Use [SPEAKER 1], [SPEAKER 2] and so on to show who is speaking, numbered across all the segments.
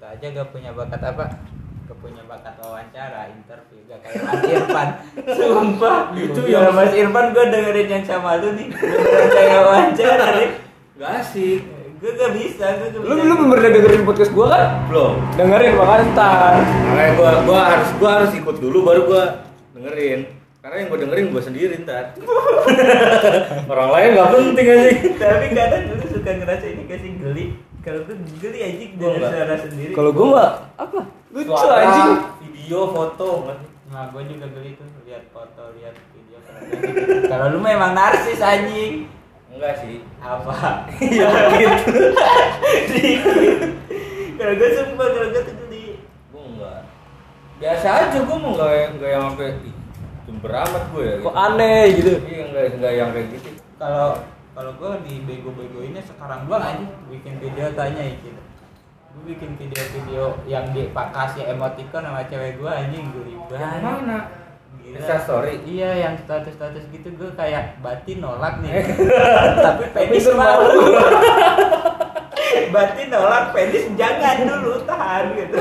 [SPEAKER 1] punya bakat apa? Gak punya bakat wawancara, interview gak kayak Mas Irfan. Sumpah.
[SPEAKER 2] Itu
[SPEAKER 1] Gila,
[SPEAKER 2] yang-
[SPEAKER 1] Mas Irfan gue dengerin yang sama lu nih. Beneran kayak wawancara nih.
[SPEAKER 3] Gak asik.
[SPEAKER 1] Gue gak bisa, gue gak
[SPEAKER 2] Lu
[SPEAKER 1] bisa.
[SPEAKER 2] belum pernah dengerin podcast gua kan?
[SPEAKER 3] Belum.
[SPEAKER 2] Dengerin makanya ntar.
[SPEAKER 3] Makanya gua gua harus gua harus ikut dulu baru gua dengerin. Karena yang gua dengerin gua sendiri ntar. Orang lain gak penting anjing.
[SPEAKER 1] Tapi kadang dulu suka ngerasa ini kasih geli. Kalau gue geli aja
[SPEAKER 3] Gua
[SPEAKER 1] dari
[SPEAKER 3] nggak.
[SPEAKER 1] suara sendiri.
[SPEAKER 2] Kalau gua mah apa? Lucu
[SPEAKER 3] Suara,
[SPEAKER 2] anjing.
[SPEAKER 3] Video, foto.
[SPEAKER 1] Nah, gue juga geli tuh lihat foto, lihat video. Kalau lu memang narsis anjing.
[SPEAKER 3] Enggak sih.
[SPEAKER 1] Apa? Ya,
[SPEAKER 3] Iya gitu.
[SPEAKER 1] Dikit. Kalau gue sumpah kalau gue tuh geli.
[SPEAKER 3] Gua enggak. Biasa aja gua mau enggak enggak yang sampai "Ih, jember amat gua ya.
[SPEAKER 2] Kok aneh gitu.
[SPEAKER 3] Iya enggak enggak yang kayak gitu.
[SPEAKER 1] Kalau kalau gue di bego-begoinnya sekarang doang aja bikin video tanya ya gitu. Gue bikin video-video yang di pak kasih emoticon sama cewek gue anjing geli
[SPEAKER 3] Yang
[SPEAKER 1] banget.
[SPEAKER 3] mana?
[SPEAKER 1] Gila.
[SPEAKER 3] Instastory?
[SPEAKER 1] Iya, yang status-status gitu gue kayak batin nolak nih. Tapi penis
[SPEAKER 2] Tapi
[SPEAKER 1] mau. batin nolak, penis jangan dulu tahan gitu.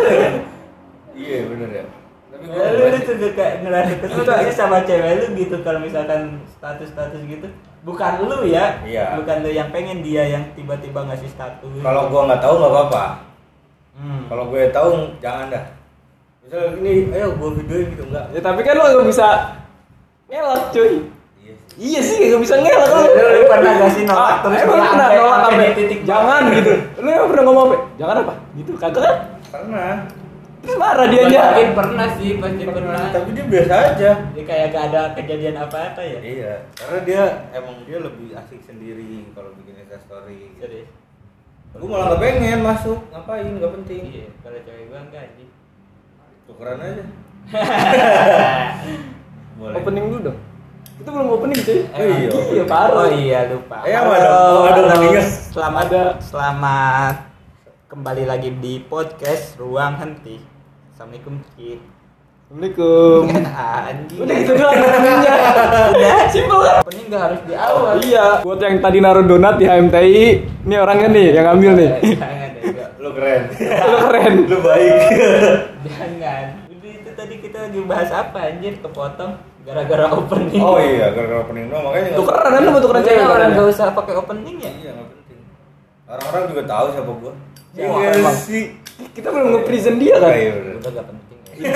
[SPEAKER 3] Iya bener ya. Tapi
[SPEAKER 2] Eh,
[SPEAKER 3] gua
[SPEAKER 1] Ya, lu
[SPEAKER 3] enggak
[SPEAKER 1] lu
[SPEAKER 3] sih.
[SPEAKER 1] juga kayak ngerasa kesel gak sih sama cewek lu gitu kalau misalkan status-status gitu bukan lu ya
[SPEAKER 3] Iya.
[SPEAKER 1] bukan lu yang pengen dia yang tiba-tiba ngasih status
[SPEAKER 3] Kalau gua nggak tahu nggak apa-apa.
[SPEAKER 1] Hmm.
[SPEAKER 3] Kalau gue tahu jangan dah. Misal ini, ayo gua videoin gitu enggak?
[SPEAKER 2] Ya tapi kan lu nggak bisa ngelak cuy.
[SPEAKER 3] Iya. sih.
[SPEAKER 2] Iya sih nggak bisa ngelak lu.
[SPEAKER 1] Lu- lu pernah nggak sih nolak
[SPEAKER 2] Ah,
[SPEAKER 1] terus
[SPEAKER 2] emang
[SPEAKER 1] nolak
[SPEAKER 2] pernah
[SPEAKER 1] sampai-
[SPEAKER 2] nolak
[SPEAKER 1] sampai
[SPEAKER 2] sampai
[SPEAKER 1] di titik
[SPEAKER 2] jangan
[SPEAKER 1] banget?
[SPEAKER 2] gitu. Lu emang pernah ngomong apa? Jangan apa? Gitu kagak kan?
[SPEAKER 3] Pernah.
[SPEAKER 2] Terus marah dia aja.
[SPEAKER 1] Mungkin pernah sih
[SPEAKER 2] Iya,
[SPEAKER 1] pasti pernah
[SPEAKER 3] Tapi dia biasa aja.
[SPEAKER 1] dia kayak gak ada kejadian apa-apa ya
[SPEAKER 3] Iya. Karena dia emang dia lebih asik sendiri kalau bikin Insta story.
[SPEAKER 1] serius
[SPEAKER 3] Gue malah nggak pengen masuk, ngapain? Nggak penting.
[SPEAKER 1] iya kalau cewek gua enggak sih
[SPEAKER 3] Tukeran aja. Boleh.
[SPEAKER 2] Opening dulu dong. Itu belum opening cuy.
[SPEAKER 3] Oh iya,
[SPEAKER 2] Iya parah.
[SPEAKER 1] Oh iya lupa.
[SPEAKER 3] Eh, apa dong? Oh, ada openingnya.
[SPEAKER 1] Selamat
[SPEAKER 2] Ada.
[SPEAKER 1] selamat kembali lagi di podcast Ruang Henti. Assalamualaikum Cid.
[SPEAKER 2] Assalamukum.
[SPEAKER 1] Anjing.
[SPEAKER 2] Udah gitu doang openingnya. Udah simpel kan?
[SPEAKER 1] Opening nggak harus di awal.
[SPEAKER 2] Iya. Buat yang tadi naruh donat di HMTI, ini orangnya nih yang ambil Iya, nih.
[SPEAKER 1] Jangan Ega.
[SPEAKER 3] Lu keren.
[SPEAKER 2] Lu keren.
[SPEAKER 3] Lu baik.
[SPEAKER 1] Jangan. Udah, Itu tadi kita lagi bahas apa anjir kepotong gara-gara opening.
[SPEAKER 3] Oh iya, gara-gara opening doang makanya nggak-
[SPEAKER 2] Tukeran kan lu mau tukeran
[SPEAKER 1] Orang
[SPEAKER 2] cewek
[SPEAKER 1] orang
[SPEAKER 2] katanya.
[SPEAKER 1] nggak usah pakai opening ya.
[SPEAKER 3] Iya, nggak penting. Orang-orang juga tahu siapa gua.
[SPEAKER 1] Iya,
[SPEAKER 3] Iya
[SPEAKER 2] emang.
[SPEAKER 3] sih.
[SPEAKER 2] Kita belum nge-present dia kan.
[SPEAKER 3] Oh, iya, bener.
[SPEAKER 1] Udah gak penting ya.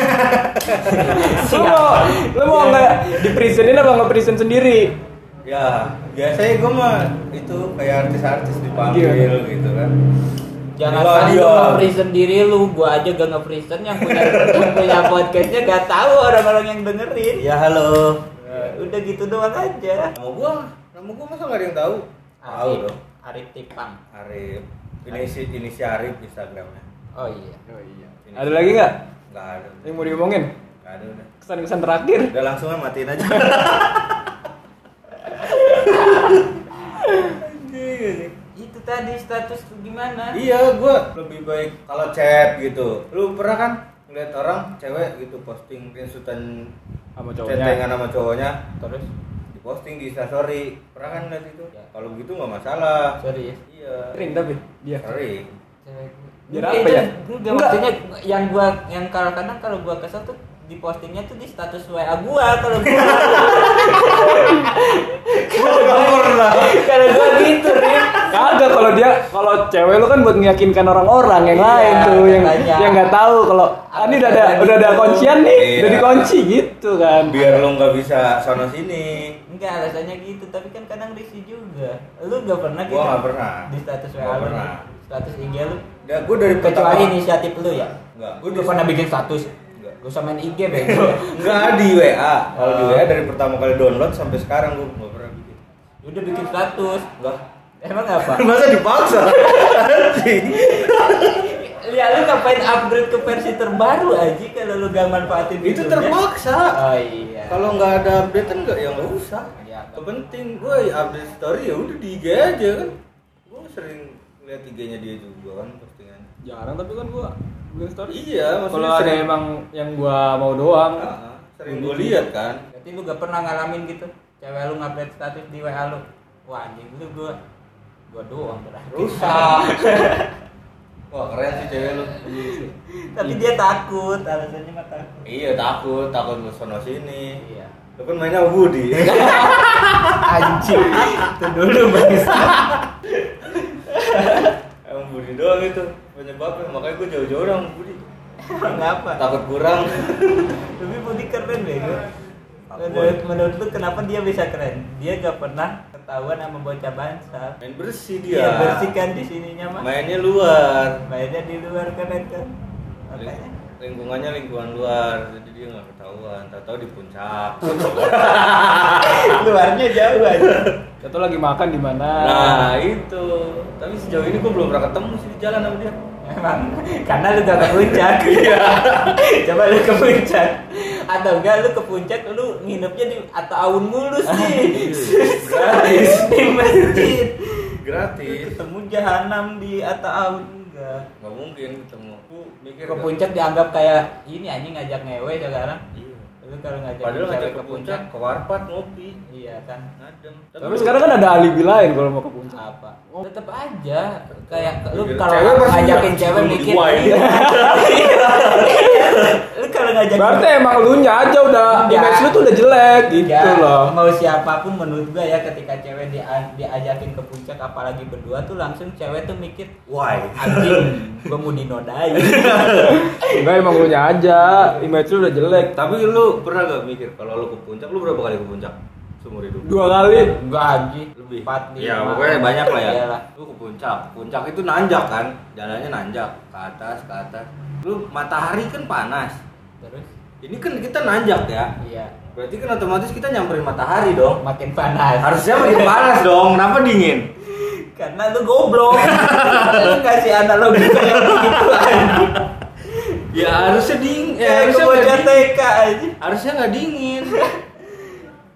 [SPEAKER 2] Lu mau lu mau nggak di presentin apa nggak present sendiri?
[SPEAKER 3] Ya, biasanya gua mah itu kayak artis-artis dipanggil
[SPEAKER 2] Iya.
[SPEAKER 3] gitu kan.
[SPEAKER 1] Jangan
[SPEAKER 3] Wah,
[SPEAKER 1] salah
[SPEAKER 3] iya.
[SPEAKER 1] lu nge-present diri lu, gua aja gak nge-present yang punya yang punya podcastnya gak tahu orang-orang yang dengerin.
[SPEAKER 3] Ya halo.
[SPEAKER 2] Iya.
[SPEAKER 1] Ya, udah gitu doang aja.
[SPEAKER 3] Nama gua, nama gua masa nggak ada yang tahu? Tahu
[SPEAKER 1] Arif,
[SPEAKER 3] dong.
[SPEAKER 1] Arif Tipang.
[SPEAKER 3] Arif. Inisi inisi Arif Instagramnya.
[SPEAKER 1] Oh iya.
[SPEAKER 2] Oh iya.
[SPEAKER 3] Ini.
[SPEAKER 2] Ada lagi nggak
[SPEAKER 3] Nggak ada.
[SPEAKER 2] yang mau diomongin?
[SPEAKER 3] Nggak ada udah.
[SPEAKER 2] Kesan-kesan terakhir.
[SPEAKER 3] Udah langsung aja matiin aja. Anjing.
[SPEAKER 1] Itu tadi status lu gimana?
[SPEAKER 3] Iya, gua lebih baik kalau chat gitu. Lu pernah kan ngeliat orang cewek gitu posting screenshotan
[SPEAKER 2] Sama
[SPEAKER 3] chattingan sama cowoknya,
[SPEAKER 1] Terus
[SPEAKER 3] diposting di instastory. Pernah kan ngeliat itu?
[SPEAKER 1] Ya.
[SPEAKER 3] Kalau gitu nggak masalah.
[SPEAKER 1] sorry ya.
[SPEAKER 3] Iya.
[SPEAKER 2] Keren tapi dia.
[SPEAKER 3] Sering.
[SPEAKER 1] Cewek gua.
[SPEAKER 2] Biar
[SPEAKER 1] Enggak,
[SPEAKER 2] apa
[SPEAKER 1] itu-
[SPEAKER 2] ya?
[SPEAKER 1] Enggak,
[SPEAKER 2] Enggak.
[SPEAKER 1] maksudnya yang gua yang kadang-kadang kalau gua kesel tuh di postingnya tuh di status WA gua kalau gua
[SPEAKER 3] Nggak pernah.
[SPEAKER 1] kalau gua gitu Rin.
[SPEAKER 2] Kagak kalau dia kalau cewek lu kan buat meyakinkan orang-orang yang
[SPEAKER 1] Iya,
[SPEAKER 2] lain tuh yang
[SPEAKER 1] makanya.
[SPEAKER 2] yang nggak tahu kalau ah, ini udah ada
[SPEAKER 1] Apa
[SPEAKER 2] udah ada
[SPEAKER 1] gitu.
[SPEAKER 2] kuncian nih,
[SPEAKER 3] Iya.
[SPEAKER 2] udah dikunci gitu kan.
[SPEAKER 3] Biar lu nggak bisa sono sini.
[SPEAKER 1] Enggak alasannya gitu, tapi kan kadang risih juga. Lu enggak pernah gitu?
[SPEAKER 3] Gua nggak pernah.
[SPEAKER 1] di status WA
[SPEAKER 3] Nggak
[SPEAKER 1] lu,
[SPEAKER 3] pernah.
[SPEAKER 1] status IG lu.
[SPEAKER 3] Ya, gua dari
[SPEAKER 1] Kecuali
[SPEAKER 3] pertama-
[SPEAKER 1] inisiatif lu ya.
[SPEAKER 3] Nggak.
[SPEAKER 1] Gua
[SPEAKER 3] Gua
[SPEAKER 1] udah
[SPEAKER 3] di-
[SPEAKER 1] pernah bikin status.
[SPEAKER 3] Nggak.
[SPEAKER 1] Gak usah main IG bego.
[SPEAKER 3] Nggak di WA. Kalau di
[SPEAKER 1] Oh.
[SPEAKER 3] WA dari pertama kali download sampai sekarang gua nggak pernah bikin.
[SPEAKER 1] udah bikin status.
[SPEAKER 3] Enggak.
[SPEAKER 1] Emang apa?
[SPEAKER 3] Masa dipaksa? Anjing.
[SPEAKER 1] Lihat Iya, lu ngapain upgrade ke versi terbaru aja kalau lu gak manfaatin
[SPEAKER 3] itu
[SPEAKER 1] fiturnya?
[SPEAKER 3] terpaksa
[SPEAKER 1] Oh iya.
[SPEAKER 3] kalau nggak ada update kan nggak ya nggak usah
[SPEAKER 1] Iya.
[SPEAKER 3] yang penting gue update story ya udah di IG aja kan gue sering lihat IG-nya dia juga kan postingan
[SPEAKER 2] Jarang tapi kan gua bikin story.
[SPEAKER 3] iya
[SPEAKER 2] Kalau
[SPEAKER 3] maksudnya
[SPEAKER 2] ada
[SPEAKER 3] sering,
[SPEAKER 2] emang yang gua mau doang.
[SPEAKER 3] Ah, sering gue lihat kan
[SPEAKER 1] Berarti lu gak pernah ngalamin gitu. Cewek lu update status di WA lu. Wah, anjing lu gua gua doang berarti.
[SPEAKER 3] rusak Wah keren sih cewek lu.
[SPEAKER 1] Tapi dia takut, alasannya mah takut.
[SPEAKER 3] Iya takut, takut ke sono sini.
[SPEAKER 1] Iya.
[SPEAKER 3] Lu kan mainnya sama Budi.
[SPEAKER 2] Anjing. Itu dulu bangsa.
[SPEAKER 3] Emang Budi doang itu penyebabnya, makanya gue jauh-jauh sama Budi.
[SPEAKER 1] Kenapa?
[SPEAKER 3] Takut kurang.
[SPEAKER 1] Tapi Budi keren bego. Menurut, menurut lu kenapa dia bisa keren? Dia gak pernah ketahuan sama bocah bangsat.
[SPEAKER 3] Main bersih kan.
[SPEAKER 1] Iya,
[SPEAKER 3] dia.
[SPEAKER 1] bersihkan di sininya mah.
[SPEAKER 3] Mainnya luar.
[SPEAKER 1] Mainnya di luar keren kan. Makanya.
[SPEAKER 2] ya?
[SPEAKER 3] Lingkungannya lingkungan luar, jadi dia nggak ketahuan. Tak tahu di puncak.
[SPEAKER 1] Luarnya jauh aja.
[SPEAKER 2] Atau lagi makan di mana?
[SPEAKER 3] Nah itu. Tapi sejauh ini gue belum pernah ketemu sih di jalan sama dia.
[SPEAKER 1] Emang karena lu gak ke puncak. Coba lu ke puncak. Atau enggak lu ke puncak lu nginepnya di atau aun mulu sih.
[SPEAKER 3] Gratis.
[SPEAKER 1] di masjid. Lu
[SPEAKER 3] Gratis.
[SPEAKER 1] ketemu jahanam di atau aun enggak.
[SPEAKER 3] Gak mungkin ketemu. Gue
[SPEAKER 1] Ke
[SPEAKER 3] mikir. kan, nggak-
[SPEAKER 1] puncak dianggap kayak ini anjing ngajak ngewe sekarang.
[SPEAKER 3] Iya.
[SPEAKER 1] Lu kalau ngajak
[SPEAKER 3] Padahal
[SPEAKER 1] cewek
[SPEAKER 3] ngajak ke puncak, ke warpat ngopi.
[SPEAKER 1] iya kan.
[SPEAKER 3] Adem.
[SPEAKER 2] Tapi sekarang kan ada alibi lain kalau mau ke puncak.
[SPEAKER 1] apa tetap aja kayak lu
[SPEAKER 3] Cewek
[SPEAKER 1] kalau
[SPEAKER 3] pasti
[SPEAKER 1] ngajakin
[SPEAKER 3] bilang,
[SPEAKER 1] cewek
[SPEAKER 3] "Lu
[SPEAKER 1] mikir
[SPEAKER 3] berdua ini."
[SPEAKER 1] lu kalau ngajakin
[SPEAKER 2] Berarti emang lu nya aja udah
[SPEAKER 1] Enggak.
[SPEAKER 2] image lu tuh udah jelek gitu
[SPEAKER 1] Ya,
[SPEAKER 2] loh.
[SPEAKER 1] mau siapapun menurut gua ya ketika cewek dia- diajakin ke puncak apalagi berdua tuh langsung cewek tuh mikir "Oh,
[SPEAKER 3] Why?
[SPEAKER 1] anjing gua mau dinodai
[SPEAKER 2] Enggak emang lu nya aja, image lu udah jelek.
[SPEAKER 3] Tapi lu pernah gak mikir kalau lu ke puncak, lu berapa kali ke puncak seumur hidup?
[SPEAKER 2] Dua kali.
[SPEAKER 1] enggak anjing
[SPEAKER 3] lebih.
[SPEAKER 1] empat
[SPEAKER 3] ya
[SPEAKER 1] lima.
[SPEAKER 3] pokoknya banyak lah ya.
[SPEAKER 1] Iyalah.
[SPEAKER 3] Lu ke puncak, puncak itu nanjak kan, jalannya nanjak ke atas ke atas. Lu matahari kan panas.
[SPEAKER 1] terus
[SPEAKER 3] Ini kan kita nanjak ya.
[SPEAKER 1] iya
[SPEAKER 3] Berarti kan otomatis kita nyamperin matahari dong.
[SPEAKER 1] makin panas
[SPEAKER 3] Harusnya makin panas dong. Kenapa dingin?
[SPEAKER 1] karena lu goblog lu ngasih analogi kayak begitu anjing
[SPEAKER 3] Ya harusnya dingin. Ya,
[SPEAKER 1] kayak
[SPEAKER 3] harusnya nggak
[SPEAKER 1] kebaca
[SPEAKER 3] dingin.
[SPEAKER 1] TK anjing
[SPEAKER 3] Harusnya nggak dingin.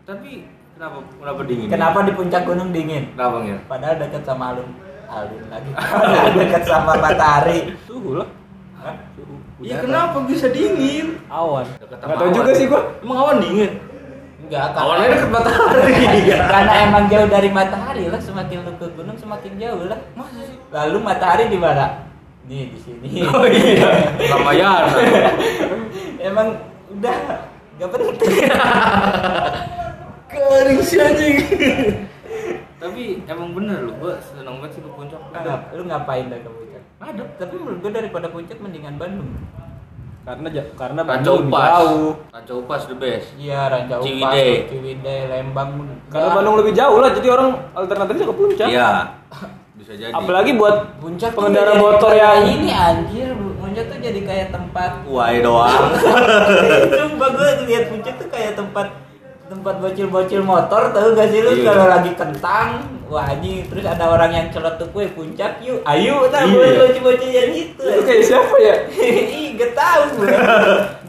[SPEAKER 3] Tapi kenapa kenapa dingin?
[SPEAKER 1] Kenapa di puncak gunung dingin?
[SPEAKER 3] Kenapa Ngir?
[SPEAKER 1] Padahal dekat sama alun alun lagi. Padahal dekat sama matahari.
[SPEAKER 2] Suhu lah.
[SPEAKER 1] Hah?
[SPEAKER 2] Suhu.
[SPEAKER 3] Iya
[SPEAKER 2] Udara.
[SPEAKER 3] kenapa bisa dingin?
[SPEAKER 2] Awan.
[SPEAKER 3] Deket sama
[SPEAKER 2] Gak tau
[SPEAKER 3] awan.
[SPEAKER 2] juga sih gua.
[SPEAKER 3] Emang awan dingin?
[SPEAKER 1] Enggak kan.
[SPEAKER 3] Awannya deket matahari.
[SPEAKER 1] Karena emang jauh dari matahari lah, semakin lu ke gunung semakin jauh lah.
[SPEAKER 3] Masa sih?
[SPEAKER 1] Lalu matahari di mana? Nih di sini.
[SPEAKER 3] Oh iya, lumayan.
[SPEAKER 1] emang udah gak penting.
[SPEAKER 3] Kering sih anjing. Tapi emang bener loh, gua seneng banget sih ke puncak.
[SPEAKER 1] Ngap- lu ngapain dah ke puncak?
[SPEAKER 3] Ada.
[SPEAKER 1] Tapi menurut gue daripada puncak mendingan Bandung.
[SPEAKER 2] Karena ja- karena
[SPEAKER 3] Ranca
[SPEAKER 2] Bandung lebih
[SPEAKER 3] Upas.
[SPEAKER 2] jauh.
[SPEAKER 3] Ranca Upas the best.
[SPEAKER 1] Iya, Ranca Upas,
[SPEAKER 3] Ciwidey.
[SPEAKER 1] Ciwidey, Lembang.
[SPEAKER 2] Karena
[SPEAKER 1] Enggak.
[SPEAKER 2] Bandung lebih jauh lah, jadi orang alternatifnya ke puncak.
[SPEAKER 3] Iya. Bisa jadi.
[SPEAKER 2] Apalagi buat
[SPEAKER 1] Puncak tuh
[SPEAKER 2] pengendara
[SPEAKER 1] jadi
[SPEAKER 2] motor
[SPEAKER 1] kayak
[SPEAKER 2] yang
[SPEAKER 1] ini anjir, puncak tuh jadi kayak tempat.
[SPEAKER 3] Wai doang.
[SPEAKER 1] Sumpah gue lihat puncak tuh kayak tempat tempat bocil-bocil motor tahu gak sih lu
[SPEAKER 3] Iya.
[SPEAKER 1] kalau lagi kentang wah anjing terus ada orang yang celetuk gue puncak yuk ayo nah
[SPEAKER 3] Iya.
[SPEAKER 1] buat bocil-bocil yang itu
[SPEAKER 2] itu kayak siapa ya?
[SPEAKER 1] Ih, gak tahu gue.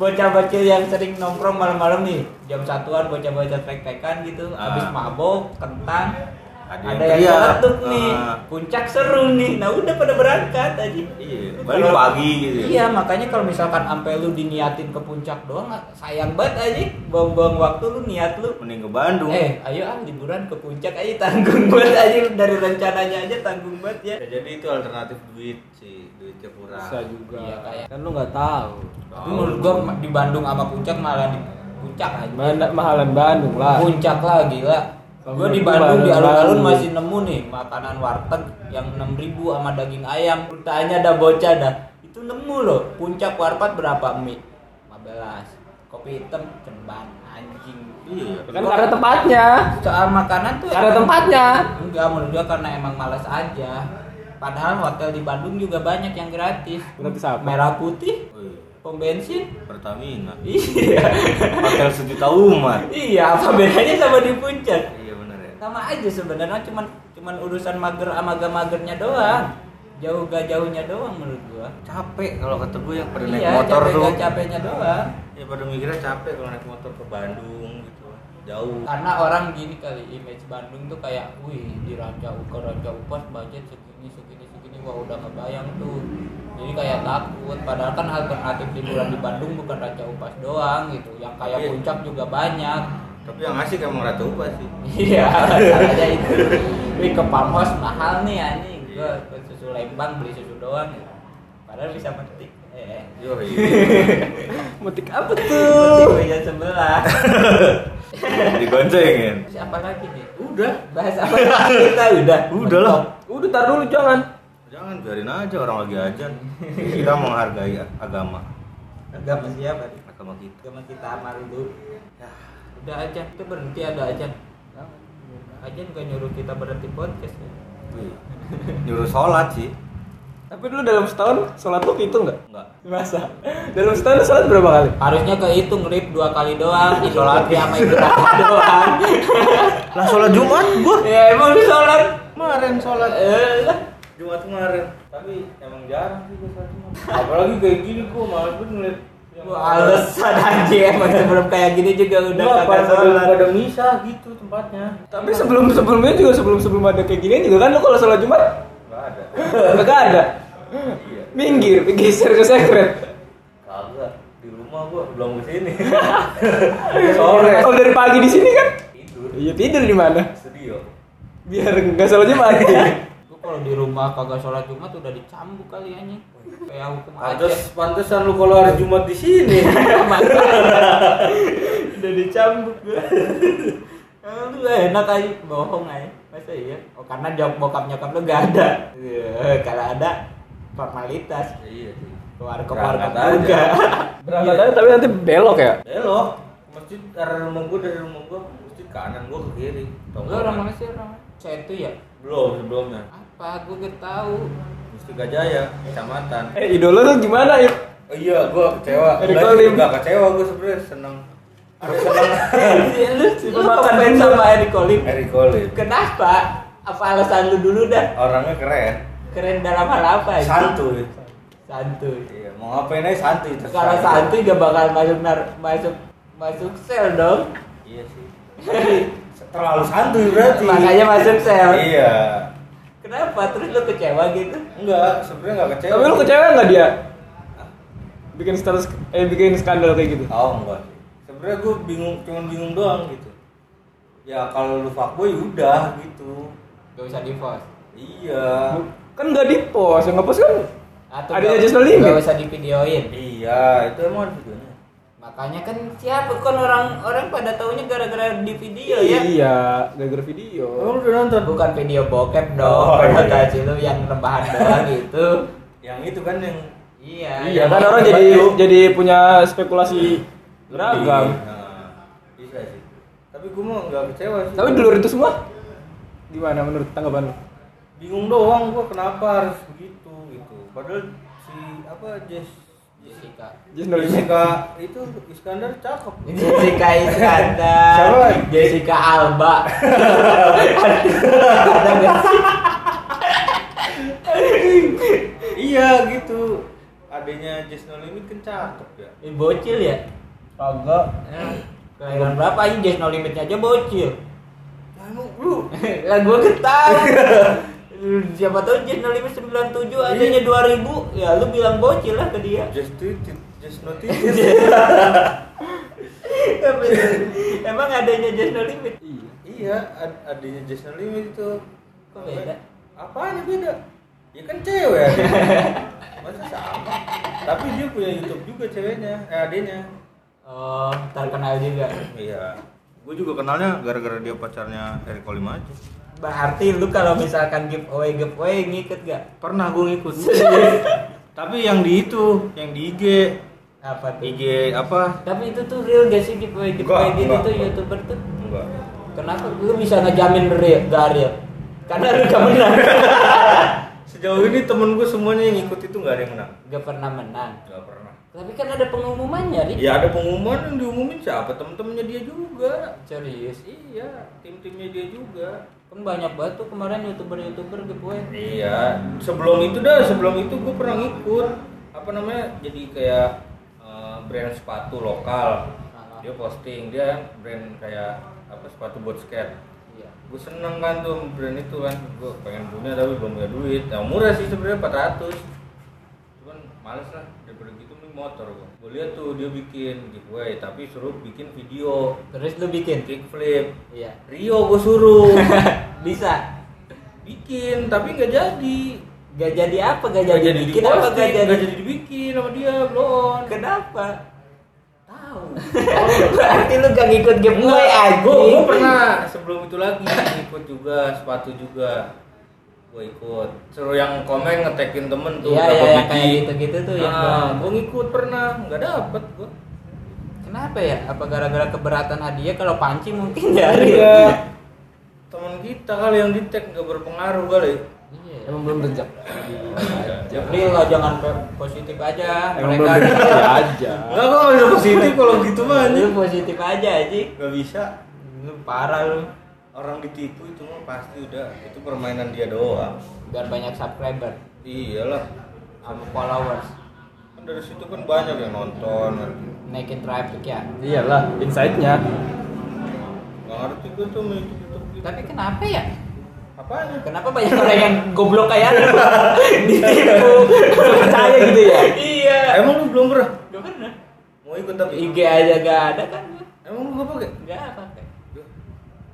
[SPEAKER 1] Bocah-bocah yang sering nongkrong malam-malam nih, jam satuan bocah-bocah trek-trekan gitu,
[SPEAKER 3] Ah.
[SPEAKER 1] habis mabok, kentang. Ada,
[SPEAKER 3] Ada yang
[SPEAKER 1] yang
[SPEAKER 3] teriak.
[SPEAKER 1] celetuk nih,
[SPEAKER 3] Ah.
[SPEAKER 1] puncak seru nih. Nah udah pada berangkat aja.
[SPEAKER 3] Iya,
[SPEAKER 1] Lu
[SPEAKER 3] balik
[SPEAKER 1] kalau-
[SPEAKER 3] pagi gitu ya.
[SPEAKER 1] Iya, makanya kalau misalkan sampai lu diniatin ke puncak doang, sayang banget aja. Buang-buang waktu lu niat lu.
[SPEAKER 3] Mending ke Bandung.
[SPEAKER 1] Eh, ayo ah liburan ke puncak aja tanggung banget aja dari rencananya aja tanggung banget ya.
[SPEAKER 3] Bisa jadi itu alternatif duit sih, duitnya kurang.
[SPEAKER 2] Bisa juga.
[SPEAKER 1] Iya, kayak-
[SPEAKER 2] Kan lu nggak tahu.
[SPEAKER 1] Tapi menurut gua di Bandung sama puncak malah di puncak aja.
[SPEAKER 2] Mana mahalan Bandung lah.
[SPEAKER 1] Puncak lah gila.
[SPEAKER 2] Kalau
[SPEAKER 1] Gue
[SPEAKER 2] menurut
[SPEAKER 1] di
[SPEAKER 2] gua
[SPEAKER 1] Bandung di
[SPEAKER 2] Bandung.
[SPEAKER 1] alun-alun masih nemu nih makanan warteg yang 6000 sama daging ayam. Lu Tanya dah bocah dah. Itu nemu loh. Puncak warpat berapa mie? 15. Kopi hitam ceban anjing.
[SPEAKER 3] Iya.
[SPEAKER 2] Kan karena tempatnya.
[SPEAKER 1] Soal makanan tuh
[SPEAKER 2] Karena
[SPEAKER 1] emang-
[SPEAKER 2] tempatnya.
[SPEAKER 1] Enggak menurut gua karena emang malas aja. Padahal hotel di Bandung juga banyak yang gratis.
[SPEAKER 2] Gratis apa?
[SPEAKER 1] Merah putih,
[SPEAKER 3] Oh iya.
[SPEAKER 1] pom bensin.
[SPEAKER 3] Pertamina.
[SPEAKER 1] Iya.
[SPEAKER 3] Hotel sejuta umat.
[SPEAKER 1] Iya, apa bedanya sama di puncak?
[SPEAKER 3] Iya bener ya.
[SPEAKER 1] Sama aja sebenarnya, cuman cuman urusan mager sama gak magernya doang. Jauh gak jauhnya doang menurut gua.
[SPEAKER 3] Capek kalau kata gue yang pada naik
[SPEAKER 1] iya,
[SPEAKER 3] motor
[SPEAKER 1] capek
[SPEAKER 3] tuh.
[SPEAKER 1] gak capeknya doang.
[SPEAKER 3] Ya pada mikirnya capek kalau naik motor ke Bandung gitu. Jauh.
[SPEAKER 1] Karena orang gini kali image Bandung tuh kayak, wih di Ranca Uka, Ranca Upas budget segini segini segini, wah udah kebayang tuh. Jadi kayak takut, padahal kan alternatif liburan di Bandung bukan Ranca Upas doang gitu. Yang kayak
[SPEAKER 3] Iya.
[SPEAKER 1] puncak juga banyak.
[SPEAKER 3] Tapi yang asik emang Ratu Upas sih.
[SPEAKER 1] Iya, caranya itu. Wih ke farmhouse mahal nih anjing. Gue ke susu Lembang beli susu doang. ya. padahal bisa metik eh
[SPEAKER 3] Yo,
[SPEAKER 2] Metik apa tuh?
[SPEAKER 1] metik sebelah
[SPEAKER 3] digoncengin.
[SPEAKER 1] terus apa lagi nih
[SPEAKER 3] Udah,
[SPEAKER 1] bahas apa lagi kita udah
[SPEAKER 3] Udah lah.
[SPEAKER 2] Udah tar dulu jangan.
[SPEAKER 3] jangan biarin aja orang lagi ajan. Kita menghargai agama,
[SPEAKER 1] agama siapa nih
[SPEAKER 3] agama kita.
[SPEAKER 1] agama kita amal dulu Nah, udah aja itu berhenti ada aja aja nggak nyuruh kita berhenti podcast ya.
[SPEAKER 3] Wih, Nyuruh sholat sih,
[SPEAKER 2] Tapi dulu dalam setahun sholat lu itu nggak?
[SPEAKER 3] enggak.
[SPEAKER 2] Masa? Dalam setahun lu sholat berapa kali?
[SPEAKER 1] harusnya kehitung lip dua kali doang idul
[SPEAKER 3] Sholat.
[SPEAKER 1] fitri sama idul adha doang
[SPEAKER 3] Lah sholat Jumat gua
[SPEAKER 1] ya emang lu sholat
[SPEAKER 3] kemarin sholat
[SPEAKER 1] eh lah.
[SPEAKER 3] Jumat kemarin. Tapi emang jarang sih gua sholat Jumat. Apalagi kayak gini gua malas banget ngeliat.
[SPEAKER 1] Lu alasan aja emang sebelum kayak gini juga udah
[SPEAKER 3] Enggak,
[SPEAKER 1] kagak
[SPEAKER 3] pada
[SPEAKER 1] sholat
[SPEAKER 3] pada misa gitu tempatnya.
[SPEAKER 2] Tapi sebelum sebelumnya juga sebelum sebelum ada kayak ginian juga kan lu kalau sholat Jumat
[SPEAKER 3] Enggak ada.
[SPEAKER 2] nggak ada.
[SPEAKER 3] Iya.
[SPEAKER 2] Minggir, geser ke secret.
[SPEAKER 3] Kagak di rumah gua belum kesini. Sore
[SPEAKER 2] Kalau dari pagi di sini kan?
[SPEAKER 3] tidur
[SPEAKER 2] Iya tidur di mana?
[SPEAKER 3] studio.
[SPEAKER 2] Biar nggak sholat Jumat.
[SPEAKER 1] Lu kalau di rumah kagak sholat Jumat udah dicambuk kali anjing. Kayak hukum aja.
[SPEAKER 3] Pantes pantesan lu kalau hari Jumat di sini.
[SPEAKER 1] udah dicambuk gue. Emang lu enak aja bohong aja. Masa iya? Oh karena jawab bokap nyokap lu gak ada. Iya, kalau ada formalitas
[SPEAKER 3] Iya sih.
[SPEAKER 1] keluar ke
[SPEAKER 3] Berangkat
[SPEAKER 1] warkop
[SPEAKER 3] aja.
[SPEAKER 1] juga.
[SPEAKER 2] Berangkat aja tapi nanti belok ya.
[SPEAKER 3] Belok masjid dari rumah gua dari rumah gua masjid kanan gua ke kiri.
[SPEAKER 1] Lu orang mana sih orang? mana? Saya itu ya
[SPEAKER 3] Belum sebelumnya.
[SPEAKER 1] apa gue gak tahu.
[SPEAKER 3] Mustika Jaya, kecamatan.
[SPEAKER 2] Eh idola lu gimana? Ip?
[SPEAKER 3] Oh iya, gua kecewa.
[SPEAKER 2] Erick
[SPEAKER 3] Enggak,
[SPEAKER 2] Thohir.
[SPEAKER 3] enggak kecewa gua sebenarnya seneng.
[SPEAKER 1] Iya, lu
[SPEAKER 2] Si
[SPEAKER 1] lu
[SPEAKER 2] pemakan
[SPEAKER 1] komen
[SPEAKER 2] bensin.
[SPEAKER 1] sama Eric Kolim.
[SPEAKER 3] Erick Thohir.
[SPEAKER 1] Kenapa? Apa alasan lu dulu dah?
[SPEAKER 3] Orangnya keren,
[SPEAKER 1] Keren dalam hal apa? anjing?
[SPEAKER 3] santuy.
[SPEAKER 1] Santuy.
[SPEAKER 3] Iya, mau ngapain aja santuy
[SPEAKER 1] Kalau
[SPEAKER 3] terserah.
[SPEAKER 1] santuy gak bakal masuk nar- masuk masuk sel dong.
[SPEAKER 3] Iya sih. Terlalu santuy berarti.
[SPEAKER 1] Makanya masuk sel.
[SPEAKER 3] Iya.
[SPEAKER 1] Kenapa? Terus lu kecewa gitu?
[SPEAKER 3] Enggak, sebenarnya enggak kecewa.
[SPEAKER 2] Tapi lu kecewa nggak dia? Bikin status eh bikin skandal kayak gitu.
[SPEAKER 3] Oh, enggak sih. Sebenarnya gua bingung, cuman bingung doang gitu. Ya kalau lu fuckboy udah gitu.
[SPEAKER 1] Gak usah di post.
[SPEAKER 3] Iya.
[SPEAKER 2] Kan nggak di post, yang nggak post kan?
[SPEAKER 1] Atau
[SPEAKER 2] Ada
[SPEAKER 1] gak-
[SPEAKER 2] judgmental limit.
[SPEAKER 1] Gak usah di videoin.
[SPEAKER 3] Iya, itu emang ada videonya.
[SPEAKER 1] Makanya kan siapa kan orang orang pada taunya gara-gara di video ya.
[SPEAKER 2] Iya, gara-gara video.
[SPEAKER 3] Oh, lu udah nonton?
[SPEAKER 1] Bukan video bokep dong,
[SPEAKER 3] Oh,
[SPEAKER 1] pada
[SPEAKER 3] iya.
[SPEAKER 1] gaji lu yang rebahan doang gitu.
[SPEAKER 3] Yang itu kan yang
[SPEAKER 1] Iya.
[SPEAKER 2] Iya
[SPEAKER 1] yang-
[SPEAKER 2] kan orang jadi jadi punya spekulasi
[SPEAKER 3] beragam.
[SPEAKER 2] beragam.
[SPEAKER 3] Iya. Nah, bisa sih. Tapi gue mah nggak kecewa sih.
[SPEAKER 2] Tapi dulur itu semua gimana menurut tanggapan lu?
[SPEAKER 3] bingung doang gue kenapa harus begitu gitu. Padahal si apa Jess
[SPEAKER 1] Jessica.
[SPEAKER 2] Just no limit.
[SPEAKER 3] Jessica itu Iskandar cakep.
[SPEAKER 1] Jessica Iskandar.
[SPEAKER 3] Siapa?
[SPEAKER 1] Jessica Alba. Ada nggak sih?
[SPEAKER 3] iya gitu. Adanya Jess No Limit kan cakep ya.
[SPEAKER 1] Ini bocil ya?
[SPEAKER 3] Kagak.
[SPEAKER 1] Eh, Kelahiran berapa aja Jazz No Limitnya aja bocil
[SPEAKER 3] Nah, emang lu
[SPEAKER 1] Lah gua ketau Siapa tau Jazz No Limit 97 adanya 2000 Ya lu bilang bocil lah ke dia
[SPEAKER 3] Jess Titit, Jess No Titit.
[SPEAKER 1] Emang adanya Jazz No Limit?
[SPEAKER 2] Iya.
[SPEAKER 3] iya, ad- adanya Jess No Limit itu.
[SPEAKER 1] Kok beda?
[SPEAKER 3] Apanya beda? Ya kan cewek adanya. Masa sama? Tapi dia punya YouTube juga ceweknya, eh adanya.
[SPEAKER 1] Oh, terkenal juga
[SPEAKER 3] Iya. Gue juga kenalnya gara-gara dia pacarnya Eric Kolim aja.
[SPEAKER 1] Berarti lu kalau misalkan giveaway giveaway ngikut gak?
[SPEAKER 3] Pernah gue ngikut. Tapi yang di itu, yang di IG,
[SPEAKER 1] Apa tuh?
[SPEAKER 3] IG apa?
[SPEAKER 1] Tapi itu tuh real gak sih giveaway giveaway
[SPEAKER 3] Enggak,
[SPEAKER 1] gitu
[SPEAKER 3] enggak.
[SPEAKER 1] tuh youtuber tuh?
[SPEAKER 3] Enggak.
[SPEAKER 1] Kenapa lu bisa ngejamin real gak real? Karena lu gak menang
[SPEAKER 3] Sejauh ini temen gue semuanya yang ngikut itu nggak ada yang menang.
[SPEAKER 1] Gak pernah menang
[SPEAKER 3] Gak pernah.
[SPEAKER 1] Tapi kan ada pengumumannya, Ri.
[SPEAKER 3] Ya ada pengumuman yang diumumin siapa temen-temennya dia juga.
[SPEAKER 1] Serius.
[SPEAKER 3] Iya, tim-timnya dia juga.
[SPEAKER 1] Kan banyak banget tuh kemarin YouTuber-YouTuber giveaway.
[SPEAKER 3] Iya, sebelum itu dah, sebelum itu gue pernah ngikut apa namanya jadi kayak eh, brand sepatu lokal. Dia posting dia brand kayak apa sepatu buat skate.
[SPEAKER 1] Iya.
[SPEAKER 3] Gue seneng kan tuh brand itu kan, gue pengen punya tapi belum punya duit. Yang murah sih sebenarnya 400 cuman males lah daripada gitu mending motor gue. Gue lihat tuh dia bikin giveaway tapi suruh bikin video
[SPEAKER 1] Terus lu bikin?
[SPEAKER 3] kickflip.
[SPEAKER 1] Iya.
[SPEAKER 3] Rio gue suruh
[SPEAKER 1] Bisa.
[SPEAKER 3] bikin tapi nggak jadi
[SPEAKER 1] Gak jadi apa? Gak
[SPEAKER 3] Gak
[SPEAKER 1] jadi, bikin apa?
[SPEAKER 3] diposting,
[SPEAKER 1] Gak jadi.
[SPEAKER 3] nggak jadi dibikin sama dia belum
[SPEAKER 1] Kenapa? Tahu. Berarti lu gak ngikut game gue
[SPEAKER 3] Oh, iya. Enggak,
[SPEAKER 1] anjing.
[SPEAKER 3] gua, gua pernah sebelum itu lagi ikut juga sepatu juga gua ikut suruh yang komen ngetekin temen tuh
[SPEAKER 1] Iya,
[SPEAKER 3] berapa
[SPEAKER 1] iya, iya,
[SPEAKER 3] biji.
[SPEAKER 1] kayak gitu-gitu tuh yang
[SPEAKER 3] nah,
[SPEAKER 1] gua-
[SPEAKER 3] gua ngikut pernah nggak dapet gua
[SPEAKER 1] Kenapa ya? Apa gara-gara keberatan hadiah kalau panci mungkin ya? dari.
[SPEAKER 2] Iya.
[SPEAKER 3] temen kita kali yang di tag nggak berpengaruh kali
[SPEAKER 1] Iya.
[SPEAKER 2] Emang belum rezek. Iya.
[SPEAKER 1] Jadi lo jangan pe- positif aja.
[SPEAKER 2] Emang belum
[SPEAKER 1] Mereka
[SPEAKER 2] rezeki aja.
[SPEAKER 3] Enggak kok bisa positif kalau gitu mah
[SPEAKER 1] lu
[SPEAKER 3] anjing.
[SPEAKER 1] positif aja aja.
[SPEAKER 3] Iya. Nggak bisa.
[SPEAKER 1] Lu parah lu.
[SPEAKER 3] Orang ditipu itu mah pasti udah itu permainan dia doang.
[SPEAKER 1] Biar banyak subscriber
[SPEAKER 3] Iyalah.
[SPEAKER 1] sama followers.
[SPEAKER 3] Kan dari situ kan banyak yang nonton.
[SPEAKER 1] Naikin traffic ya.
[SPEAKER 2] Iyalah, insight-nya.
[SPEAKER 3] Nggak ngerti gue tuh main YouTube gitu. ya?
[SPEAKER 1] Tapi kenapa ya?
[SPEAKER 3] Apanya?
[SPEAKER 1] Kenapa banyak orang yang goblok kayak lu? Ditipu.
[SPEAKER 2] Percaya gitu ya.
[SPEAKER 1] iya.
[SPEAKER 3] Emang lu belum pernah?
[SPEAKER 1] Gak pernah.
[SPEAKER 3] Mau ikut tapi?
[SPEAKER 1] IG aja gak ada kan? gua.
[SPEAKER 3] Emang lu nggak pakai?
[SPEAKER 1] Gak pakai.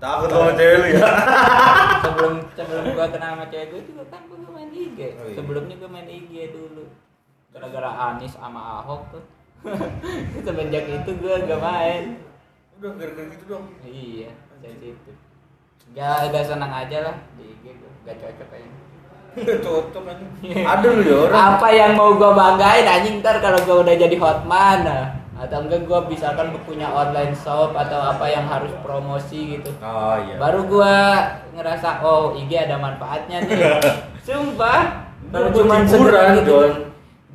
[SPEAKER 3] Takut sama cewek lu ya?
[SPEAKER 1] sebelum sebelum gua kenal sama cewek gua juga kan gua main IG
[SPEAKER 3] Oh, iya.
[SPEAKER 1] sebelumnya gua main IG dulu gara-gara Anis sama Ahok tuh semenjak itu gua gak main
[SPEAKER 3] Udah gara-gara gitu dong.
[SPEAKER 1] iya sensitif gak gak senang aja lah di IG gua gak cocok aja
[SPEAKER 3] Nggak cocok anjing. Ada lu ya orang.
[SPEAKER 1] apa yang mau gua banggain anjing ntar kalau gua udah jadi hotman ah. atau enggak gua misalkan punya online shop atau apa yang harus promosi gitu
[SPEAKER 3] Oh iya.
[SPEAKER 1] baru gua ngerasa oh IG ada manfaatnya nih sumpah baru
[SPEAKER 3] Baru
[SPEAKER 1] cuman
[SPEAKER 3] hiburan,
[SPEAKER 1] segitu
[SPEAKER 3] Don.
[SPEAKER 1] gitu.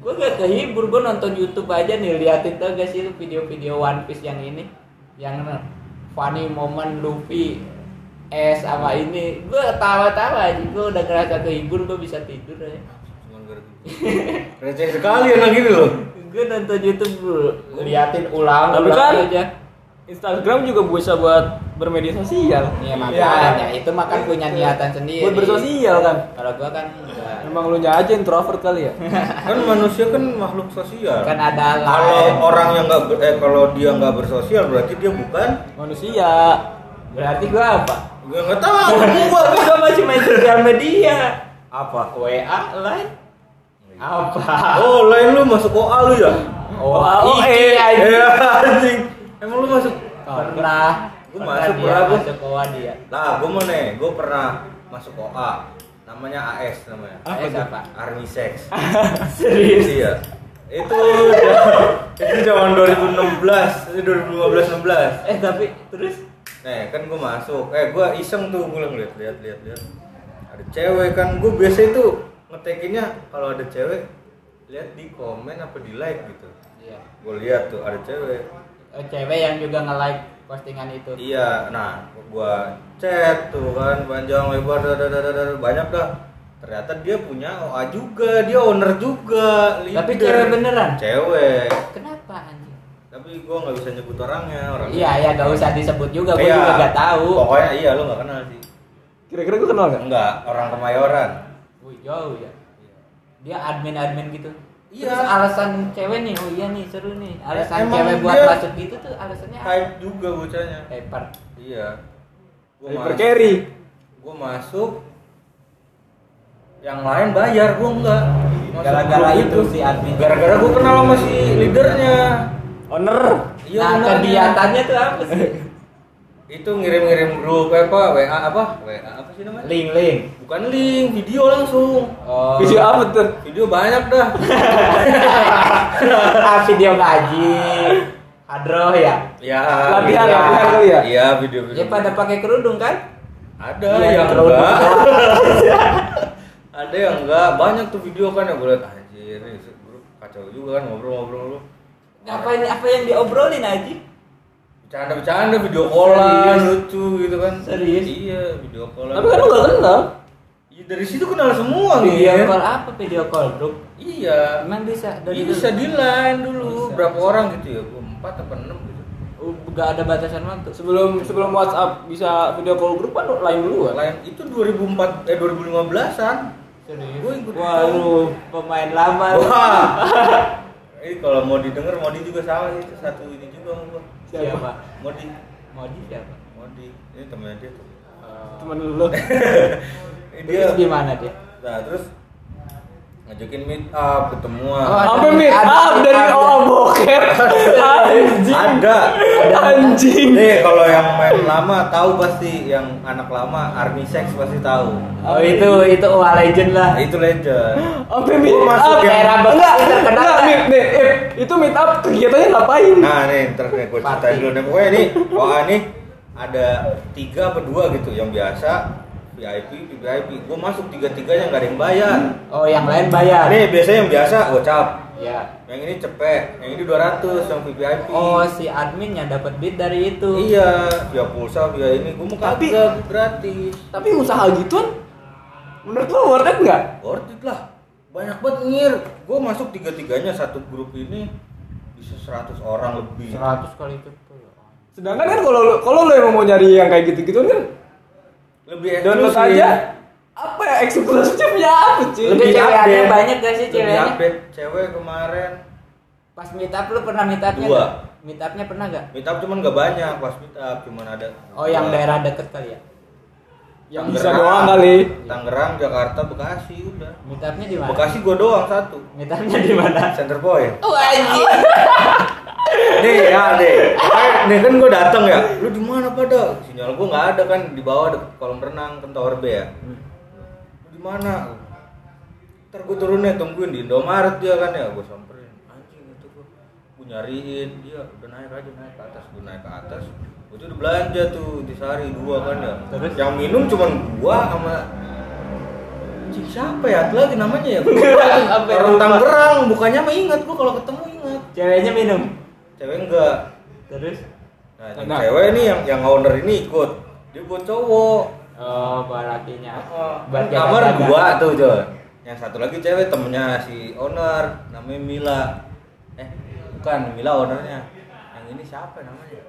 [SPEAKER 1] gua gak kehibur gua nonton YouTube aja nih liatin tau gak sih lu video-video One Piece yang ini yang funny moment Luffy es sama ini gua tawa-tawa aja gua udah ngerasa kehibur gua bisa tidur aja
[SPEAKER 3] Cuman gara-gara. gitu. Receh sekali anak ini loh.
[SPEAKER 1] gua nonton YouTube dulu liatin ulang
[SPEAKER 2] Tapi
[SPEAKER 1] ulang
[SPEAKER 2] kan-
[SPEAKER 1] aja
[SPEAKER 2] Instagram juga bisa buat bermedia sosial.
[SPEAKER 1] Iya makanya itu makan punya niatan sendiri.
[SPEAKER 2] Buat bersosial kan.
[SPEAKER 1] Kalau gua kan enggak.
[SPEAKER 2] Emang lu nya aja introvert kali ya?
[SPEAKER 3] kan manusia kan makhluk sosial
[SPEAKER 1] kan ada
[SPEAKER 3] kalau
[SPEAKER 1] lain
[SPEAKER 3] orang yang nggak ber- eh kalau dia nggak bersosial berarti dia bukan
[SPEAKER 2] Manusia.
[SPEAKER 1] berarti gua apa
[SPEAKER 3] gue nggak tahu
[SPEAKER 1] gua gua masih main sosial media
[SPEAKER 3] apa Iya.
[SPEAKER 1] WA lain apa
[SPEAKER 3] oh lain lu masuk OA lu ya
[SPEAKER 1] oh,
[SPEAKER 2] Oh,
[SPEAKER 1] iki anjing.
[SPEAKER 3] ya anjing emang lu masuk
[SPEAKER 1] pernah
[SPEAKER 3] Gua
[SPEAKER 1] pernah
[SPEAKER 3] masuk,
[SPEAKER 1] dia
[SPEAKER 3] pernah gua.
[SPEAKER 1] masuk kawan dia
[SPEAKER 3] lah gue mau nih gue pernah masuk OA namanya AS namanya
[SPEAKER 1] Apa tuh?
[SPEAKER 3] Army Sex
[SPEAKER 2] Serius.
[SPEAKER 3] iya itu itu zaman 2016 itu 2015 16
[SPEAKER 1] eh tapi terus
[SPEAKER 3] Nah, kan gue masuk. Eh, gue iseng tuh gue ngeliat lihat lihat lihat. Ada cewek kan gue biasa itu ngetekinnya kalau ada cewek lihat di komen apa di like gitu.
[SPEAKER 1] iya
[SPEAKER 3] Gue lihat tuh ada cewek.
[SPEAKER 1] Eh, cewek yang juga nge-like postingan itu
[SPEAKER 3] Iya, nah gue chat tuh kan panjang lebar dadadadadada, banyak dah. Ternyata dia punya OA juga, dia owner juga.
[SPEAKER 1] Tapi cewek beneran?
[SPEAKER 3] iya, Cewek.
[SPEAKER 1] kenapa anjing
[SPEAKER 3] Tapi gue nggak bisa nyebut orangnya, orangnya.
[SPEAKER 1] iya ya gak usah disebut juga gua
[SPEAKER 3] Iya.
[SPEAKER 1] juga gak tahu
[SPEAKER 3] Pokoknya iya lu nggak kenal sih.
[SPEAKER 2] Kira-kira gue kenal nggak?
[SPEAKER 3] Enggak, orang Kemayoran.
[SPEAKER 1] Wih, jauh ya dia admin-admin gitu
[SPEAKER 3] Iya. Ya,
[SPEAKER 1] Terus alasan cewek nih, oh iya nih seru nih. Alasan
[SPEAKER 3] Emang
[SPEAKER 1] cewek buat
[SPEAKER 3] dia-
[SPEAKER 1] masuk gitu tuh alasannya apa?
[SPEAKER 3] hype juga bocahnya
[SPEAKER 1] Hyper.
[SPEAKER 3] iya gua
[SPEAKER 2] Hyper
[SPEAKER 3] mas-
[SPEAKER 2] carry.
[SPEAKER 3] gua masuk yang lain bayar gua enggak Masuk
[SPEAKER 1] Gara-gara
[SPEAKER 3] grup
[SPEAKER 1] itu si admin.
[SPEAKER 3] gara-gara gua kenal sama si leadernya
[SPEAKER 2] Owner.
[SPEAKER 3] iya
[SPEAKER 1] nah,
[SPEAKER 3] bener.
[SPEAKER 1] kegiatannya tuh apa sih?
[SPEAKER 3] itu ngirim-ngirim grup eh, apa WA apa WA apa sih namanya
[SPEAKER 1] link link.
[SPEAKER 3] bukan link video langsung
[SPEAKER 1] Oh.
[SPEAKER 2] Video apa tuh?
[SPEAKER 3] video banyak dah
[SPEAKER 1] Ah, video gaji. Hadroh ya.
[SPEAKER 3] ya
[SPEAKER 2] Latihan,
[SPEAKER 3] iya.
[SPEAKER 2] latihan kali ya?
[SPEAKER 3] iya video-video
[SPEAKER 1] Dia pada pakai kerudung kan?
[SPEAKER 3] ada
[SPEAKER 1] Iya,
[SPEAKER 3] yang
[SPEAKER 1] terlalu
[SPEAKER 3] enggak ada yang enggak banyak tuh video kan yang gue liat anjir ini grup kacau juga kan ngobrol-ngobrol lu
[SPEAKER 1] Ngapain apa yang diobrolin aja?
[SPEAKER 3] bercanda-bercanda video callan
[SPEAKER 1] Serius?
[SPEAKER 3] lucu gitu kan
[SPEAKER 1] Serius?
[SPEAKER 3] iya video callan
[SPEAKER 2] Tapi kan lu nggak kenal.
[SPEAKER 3] Iya, dari situ kenal semua
[SPEAKER 1] Video
[SPEAKER 3] Gir.
[SPEAKER 1] call apa video call, Bro?
[SPEAKER 3] iya
[SPEAKER 1] Emang bisa Iya, dari
[SPEAKER 3] Iya, bisa
[SPEAKER 1] dulu?
[SPEAKER 3] di line dulu
[SPEAKER 1] Bisa.
[SPEAKER 3] berapa orang gitu ya gua empat apa enam gitu
[SPEAKER 1] Uh, Gak ada batasan waktu.
[SPEAKER 2] Sebelum sebelum WhatsApp bisa video call grup kan lain dulu kan.
[SPEAKER 3] lain itu 2004 eh 2015an
[SPEAKER 1] Serius.
[SPEAKER 3] Gua ikut
[SPEAKER 1] Waduh, pemain lama. lu.
[SPEAKER 3] wah eh kalau mau didengar mau di juga salah itu satu ini juga sama gua
[SPEAKER 1] Siapa?
[SPEAKER 3] Modi.
[SPEAKER 1] Modi siapa?
[SPEAKER 3] Modi. Ini temennya dia tuh.
[SPEAKER 1] Eh,
[SPEAKER 2] Temen lu.
[SPEAKER 3] Eh,
[SPEAKER 1] Terus
[SPEAKER 3] dia.
[SPEAKER 1] gimana dia?
[SPEAKER 3] Nah, terus ngajakin meet up ketemuan
[SPEAKER 1] Oh,
[SPEAKER 2] Apa
[SPEAKER 1] Ada-
[SPEAKER 2] mi?
[SPEAKER 1] ada-
[SPEAKER 2] Ah dari
[SPEAKER 1] ada.
[SPEAKER 2] oh bokep. Anjing.
[SPEAKER 3] ada
[SPEAKER 2] Anjing.
[SPEAKER 3] nih kalau yang main lama tahu pasti yang anak lama army sex pasti tahu
[SPEAKER 1] Oh iya. itu itu wah legend lah.
[SPEAKER 3] Nah, itu legend
[SPEAKER 2] Apa mi?
[SPEAKER 3] Gua masuk
[SPEAKER 2] Up.
[SPEAKER 3] yang-
[SPEAKER 2] Era banget.
[SPEAKER 1] Enggak,
[SPEAKER 2] Enggak,
[SPEAKER 1] enggak,
[SPEAKER 2] Mi, nih, eh, itu meet up kegiatannya ngapain?
[SPEAKER 3] nah nih ntar gue ceritain dulu nih pokoknya nih wah ini ada tiga apa dua gitu yang biasa VIP VIP gue masuk tiga tiganya nggak ada yang bayar
[SPEAKER 1] Oh yang lain bayar.
[SPEAKER 3] Nah, nih biasanya yang biasa gocap
[SPEAKER 1] Ya.
[SPEAKER 3] yang ini cepet yang ini 200 yang VIP
[SPEAKER 1] Oh si adminnya dapat bid dari itu.
[SPEAKER 3] iya via pulsa via ini gue mau
[SPEAKER 2] Tapi-
[SPEAKER 3] kagak gratis
[SPEAKER 2] Tapi usaha gituan menurut lo worth it enggak?
[SPEAKER 3] worth it lah banyak banget ngir gue masuk tiga tiganya satu grup ini bisa 100 orang lebih
[SPEAKER 1] 100 kali cepet.
[SPEAKER 2] Sedangkan kan kalau lo- kalau lo emang mau nyari yang kayak gitu-gitu kan
[SPEAKER 3] lebih
[SPEAKER 2] download
[SPEAKER 3] eksklusif.
[SPEAKER 2] aja apa ya eksklusifnya punya apa cuy?
[SPEAKER 1] Lebih
[SPEAKER 3] Lebih
[SPEAKER 1] cewek ada
[SPEAKER 3] update.
[SPEAKER 1] banyak gak sih
[SPEAKER 3] lebih
[SPEAKER 1] ceweknya?
[SPEAKER 3] update cewek kemarin
[SPEAKER 1] Pas meet up lu pernah meet upnya?
[SPEAKER 3] Dua.
[SPEAKER 1] nggak? Meet upnya pernah nggak?
[SPEAKER 3] meet up cuman gak banyak pas meet up cuman ada
[SPEAKER 1] Oh yang
[SPEAKER 3] dua.
[SPEAKER 1] daerah deket kali ya?
[SPEAKER 2] Yang
[SPEAKER 3] Tangerang,
[SPEAKER 2] bisa doang kali.
[SPEAKER 3] Tangerang Jakarta Bekasi udah
[SPEAKER 1] Meet upnya di mana?
[SPEAKER 3] Bekasi gue doang satu
[SPEAKER 1] Meet upnya di mana?
[SPEAKER 3] center point
[SPEAKER 1] Oh anjing.
[SPEAKER 3] nih ya nih Eh, nih kan gue datang ya lu di mana pada sinyal gue nggak ada kan di bawah deket kolam renang kan tower B ya lu di mana ntar gue turunnya tungguin di Indomaret dia kan ya gue samperin anjing itu gue gue nyariin dia udah naik aja naik ke atas gue naik ke atas gue tuh udah belanja tuh di sehari dua kan ya
[SPEAKER 1] Terus?
[SPEAKER 3] yang minum cuman gua sama Cik, siapa ya Ada lagi namanya ya
[SPEAKER 1] Apa ya?
[SPEAKER 3] orang Tangerang bukannya mah ingat gua kalau ketemu ingat
[SPEAKER 1] Ceweknya minum.
[SPEAKER 3] cewek enggak
[SPEAKER 1] Terus?
[SPEAKER 3] Nah, yang
[SPEAKER 2] Nah.
[SPEAKER 3] cewek ini yang yang owner ini ikut. Dia buat cowok.
[SPEAKER 1] Oh buat lakinya.
[SPEAKER 3] Kan
[SPEAKER 1] Oh, Buat
[SPEAKER 3] kamar
[SPEAKER 1] jaga-jaga.
[SPEAKER 3] dua tuh, Jon. Yang satu lagi cewek temennya si owner, namanya Mila. Eh, bukan Mila ownernya. Yang ini siapa namanya?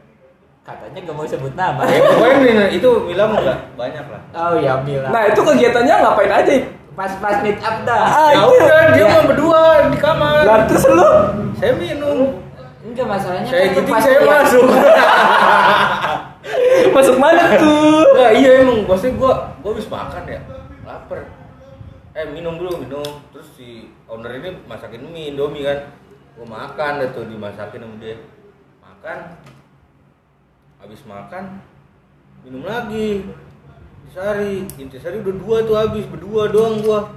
[SPEAKER 1] Katanya gak mau sebut nama.
[SPEAKER 3] Eh, pokoknya ini- itu Mila mau enggak? Banyak lah.
[SPEAKER 1] Oh ya Mila.
[SPEAKER 2] Nah itu kegiatannya ngapain aja?
[SPEAKER 1] pas-pas meet up dah.
[SPEAKER 2] Ah,
[SPEAKER 3] Ya udah, dia
[SPEAKER 1] Ya.
[SPEAKER 3] mau berdua di kamar.
[SPEAKER 2] Nah terus lo
[SPEAKER 3] Saya minum.
[SPEAKER 1] Enggak masalahnya
[SPEAKER 3] Saya
[SPEAKER 1] kan lu
[SPEAKER 3] gitu
[SPEAKER 1] pas
[SPEAKER 3] saya
[SPEAKER 1] meet up-
[SPEAKER 3] masuk.
[SPEAKER 2] masuk mana tuh?
[SPEAKER 3] Enggak, iya emang maksudnya gua gua habis makan ya. Laper. Eh minum dulu, minum. Terus si owner ini masakin mie Indomie kan. Gua makan dah tuh dimasakin sama dia. Makan. Habis makan minum lagi. Intisari, Intisari udah dua tuh habis, berdua doang gua.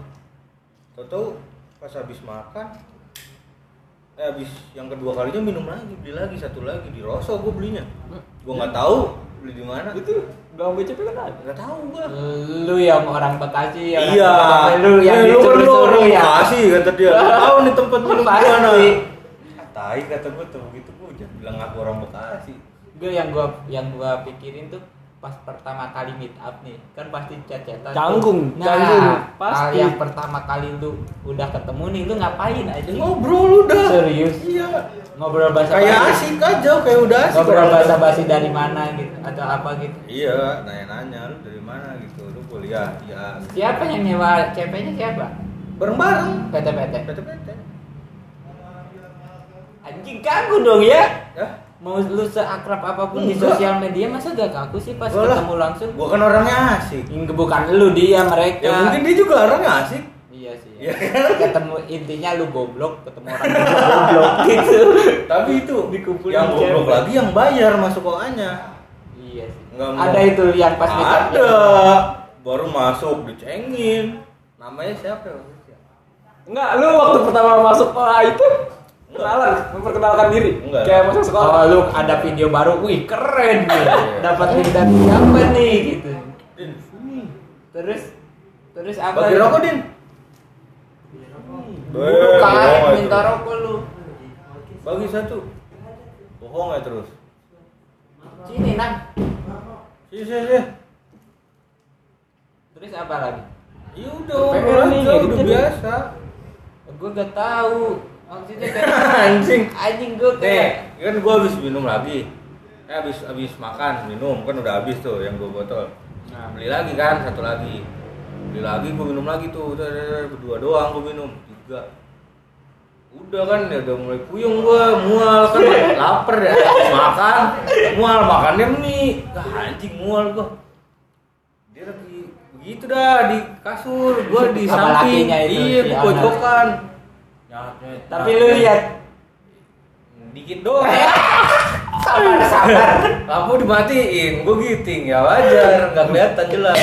[SPEAKER 3] Tahu-tahu pas habis makan eh habis yang kedua kalinya minum lagi, beli lagi satu lagi di Rosso gua belinya. Gua nggak tahu beli di mana.
[SPEAKER 2] Itu belum BCP kan ada.
[SPEAKER 3] Gak tahu gua.
[SPEAKER 1] Lu yang orang Bekasi, orang
[SPEAKER 3] Iya.
[SPEAKER 1] Bekasi, lu yang
[SPEAKER 3] Eh, lu
[SPEAKER 1] disuruh-suruh
[SPEAKER 3] orang
[SPEAKER 1] ya.
[SPEAKER 3] Bekasi kata dia. Gak tahu nih tempat minum di
[SPEAKER 1] Pasti.
[SPEAKER 3] mana. Ah, Tai kata gua tuh begitu gua jangan bilang aku orang Bekasi.
[SPEAKER 1] Gue yang gua yang gua pikirin tuh pas pertama kali meet up nih kan pasti chat-chatan tuh.
[SPEAKER 2] Canggung,
[SPEAKER 1] nah,
[SPEAKER 2] canggung,
[SPEAKER 1] pasti
[SPEAKER 2] pasti.
[SPEAKER 1] yang pertama kali lu udah ketemu nih lu ngapain aja
[SPEAKER 3] Ya, ngobrol udah.
[SPEAKER 1] Serius?
[SPEAKER 3] Iya.
[SPEAKER 1] ngobrol bahasa
[SPEAKER 3] Kayak asik aja, kayak udah asik.
[SPEAKER 1] ngobrol
[SPEAKER 3] orang.
[SPEAKER 1] bahasa basi dari mana gitu atau apa gitu
[SPEAKER 3] Iya, nanya-nanya lu dari mana gitu. Lu kuliah, iya.
[SPEAKER 1] siapa yang nyewa CP-nya siapa
[SPEAKER 3] Bareng-bareng.
[SPEAKER 1] PT-PT
[SPEAKER 3] PT-PT.
[SPEAKER 1] anjing kaku dong ya
[SPEAKER 3] Ya.
[SPEAKER 1] mau lu seakrab apapun di
[SPEAKER 3] Enggak.
[SPEAKER 1] sosial media masa gak kaku sih pas
[SPEAKER 3] Gua lah.
[SPEAKER 1] ketemu langsung
[SPEAKER 3] Gua kan orangnya asik.
[SPEAKER 1] Yang bukan lu dia mereka
[SPEAKER 3] Ya mungkin dia juga orangnya asik.
[SPEAKER 1] iya sih
[SPEAKER 3] Iya.
[SPEAKER 1] ya. ketemu intinya lu goblok ketemu orang juga goblok gitu
[SPEAKER 3] Tapi itu
[SPEAKER 1] Dikumpulin
[SPEAKER 3] yang
[SPEAKER 1] cewek.
[SPEAKER 3] goblok lagi yang bayar masuk koannya.
[SPEAKER 1] iya sih
[SPEAKER 3] Nggak mau.
[SPEAKER 1] ada itu yang pas meet up
[SPEAKER 3] ada baru masuk dicengin namanya siapa ya
[SPEAKER 2] Enggak, lu waktu pertama masuk sekolah itu kenalan, memperkenalkan diri.
[SPEAKER 3] Enggak.
[SPEAKER 2] Kayak masuk sekolah.
[SPEAKER 1] Oh, lu ada video baru, wih keren nih.
[SPEAKER 3] Iya.
[SPEAKER 1] Dapat link dari siapa nih gitu.
[SPEAKER 3] Din
[SPEAKER 1] Terus terus apa?
[SPEAKER 3] bagi rokok Din
[SPEAKER 1] Bodoh
[SPEAKER 3] Eh,
[SPEAKER 1] karet
[SPEAKER 3] bohong ya
[SPEAKER 1] minta
[SPEAKER 3] terus.
[SPEAKER 1] rokok lu.
[SPEAKER 3] bagi satu bohong ya terus
[SPEAKER 1] Sini nang.
[SPEAKER 3] sih sih sih
[SPEAKER 1] Terus apa lagi?
[SPEAKER 3] iya udah
[SPEAKER 2] Pengen
[SPEAKER 3] orang
[SPEAKER 2] nih,
[SPEAKER 3] aja,
[SPEAKER 2] jadi-
[SPEAKER 3] udah
[SPEAKER 2] jadi.
[SPEAKER 3] biasa
[SPEAKER 1] Gue gak tahu. Maksudnya kayak
[SPEAKER 3] Anjing.
[SPEAKER 1] Anjing gue
[SPEAKER 3] nih
[SPEAKER 1] kayak.
[SPEAKER 3] kan gua habis minum lagi eh habis habis makan minum kan udah habis tuh yang dua botol nah, beli lagi kan satu lagi beli lagi gua minum lagi tuh udah, udah, udah, berdua doang gua minum tiga udah kan ya udah mulai puyeng gua mual kan lapar ya habis makan mual makannya mie Gak anjing mual gua dia lagi gitu dah di kasur gua di
[SPEAKER 1] Apa
[SPEAKER 3] samping
[SPEAKER 1] lakinya itu,
[SPEAKER 3] iya
[SPEAKER 1] si
[SPEAKER 3] gua
[SPEAKER 1] anak?
[SPEAKER 3] pojokan Nyat, nyat,
[SPEAKER 2] Tapi
[SPEAKER 3] nyat,
[SPEAKER 2] lu
[SPEAKER 3] nyat.
[SPEAKER 2] lihat
[SPEAKER 3] dikit doang ya
[SPEAKER 1] sabar sabar
[SPEAKER 3] lampu dimatiin gua giting ya wajar nggak kelihatan jelas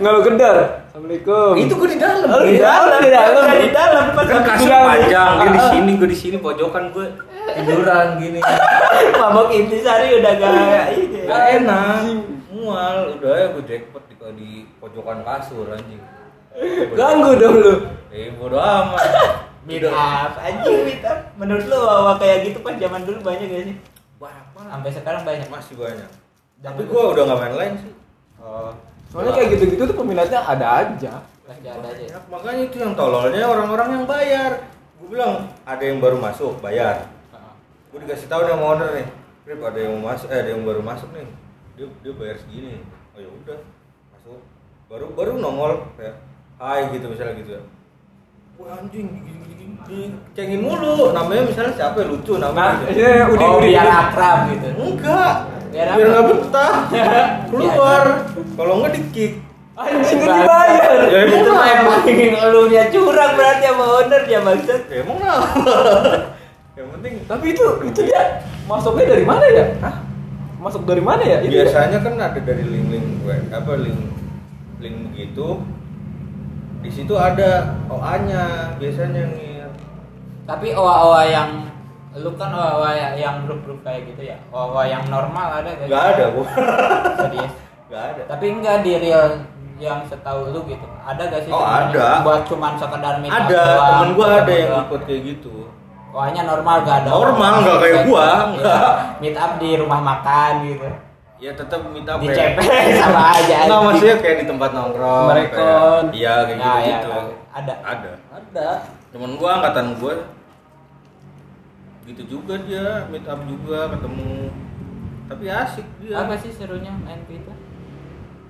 [SPEAKER 2] nggak lu gedor. Assalamualaikum.
[SPEAKER 3] itu gua di dalam
[SPEAKER 2] Oh, di dalam, di dalam.
[SPEAKER 3] Kan di dalam pas
[SPEAKER 2] Kan
[SPEAKER 3] kasur
[SPEAKER 2] tinggal.
[SPEAKER 3] panjang dia di sini gua di sini pojokan gua tiduran gini
[SPEAKER 1] mabok intisari udah gak ini
[SPEAKER 3] Gak enak mual udah ya gua jackpot di, di pojokan kasur anjing
[SPEAKER 2] Ganggu dong lu.
[SPEAKER 3] eh bodo amat
[SPEAKER 1] meet up anjing meet up menurut lo wawa kayak gitu pas zaman dulu banyak gak sih
[SPEAKER 3] banyak banget
[SPEAKER 1] sampai sekarang banyak mas
[SPEAKER 3] masih banyak
[SPEAKER 1] Jangan
[SPEAKER 3] tapi gua udah nggak main lain sih
[SPEAKER 1] oh
[SPEAKER 2] Soalnya kayak gitu-gitu tuh peminatnya ada aja.
[SPEAKER 1] masih ada aja
[SPEAKER 3] Banyak, makanya itu yang tololnya orang-orang yang bayar gue bilang ada yang baru masuk bayar gue dikasih tahu nih sama owner nih Rip ada yang mau masuk eh ada yang baru masuk nih dia dia bayar segini oh ya udah masuk baru baru nongol kayak hai gitu misalnya gitu ya Wah anjing gini gini gini, gini cengin mulu namanya misalnya siapa ya lucu
[SPEAKER 2] Nah,
[SPEAKER 3] namanya
[SPEAKER 2] ya, ya, udah
[SPEAKER 1] oh,
[SPEAKER 2] udah.
[SPEAKER 1] biar
[SPEAKER 2] udah.
[SPEAKER 1] akrab gitu
[SPEAKER 3] enggak
[SPEAKER 1] Biar apa?
[SPEAKER 3] biar nggak betah keluar kalau nggak dikick
[SPEAKER 2] Anjing kan dibayar.
[SPEAKER 3] Ya, emang
[SPEAKER 1] itu mah emang elunya curang berarti sama owner ya maksud
[SPEAKER 3] ya emang lah yang penting
[SPEAKER 2] Tapi itu itu dia masuknya dari mana ya? Hah? Masuk dari mana ya? Itu ya?
[SPEAKER 3] biasanya kan ada dari link-link gue apa link link begitu di situ ada OA-nya biasanya nih
[SPEAKER 1] tapi owa-owa yang lu kan owa-owa ya- yang grup-grup kayak gitu ya owa-owa yang normal ada gak?
[SPEAKER 3] nggak ada gue
[SPEAKER 1] Serius.
[SPEAKER 3] nggak ada
[SPEAKER 1] ya. tapi enggak di real yang setahu lu gitu ada gak sih
[SPEAKER 3] Oh,
[SPEAKER 1] sebenarnya
[SPEAKER 3] ada.
[SPEAKER 1] buat cuman sekedar meet up
[SPEAKER 3] ada
[SPEAKER 1] doang,
[SPEAKER 3] temen gue ada yang
[SPEAKER 1] doang?
[SPEAKER 3] ikut kayak gitu
[SPEAKER 1] Wahnya normal gak ada
[SPEAKER 3] Normal,
[SPEAKER 1] orang
[SPEAKER 3] nggak kayak
[SPEAKER 1] seks,
[SPEAKER 3] gua,
[SPEAKER 1] ya.
[SPEAKER 3] nggak.
[SPEAKER 1] meet up di rumah makan gitu
[SPEAKER 3] ya tetap minta
[SPEAKER 1] di CP sama aja
[SPEAKER 3] nggak maksudnya kayak di tempat nongkrong
[SPEAKER 2] Mereka-
[SPEAKER 3] kayak- iya kayak
[SPEAKER 1] Ya, ya,
[SPEAKER 3] gitu gitu
[SPEAKER 1] ada
[SPEAKER 3] ada
[SPEAKER 2] Ada.
[SPEAKER 3] temen gue angkatan gue gitu juga dia meet up juga ketemu tapi asik dia
[SPEAKER 1] apa sih serunya main pita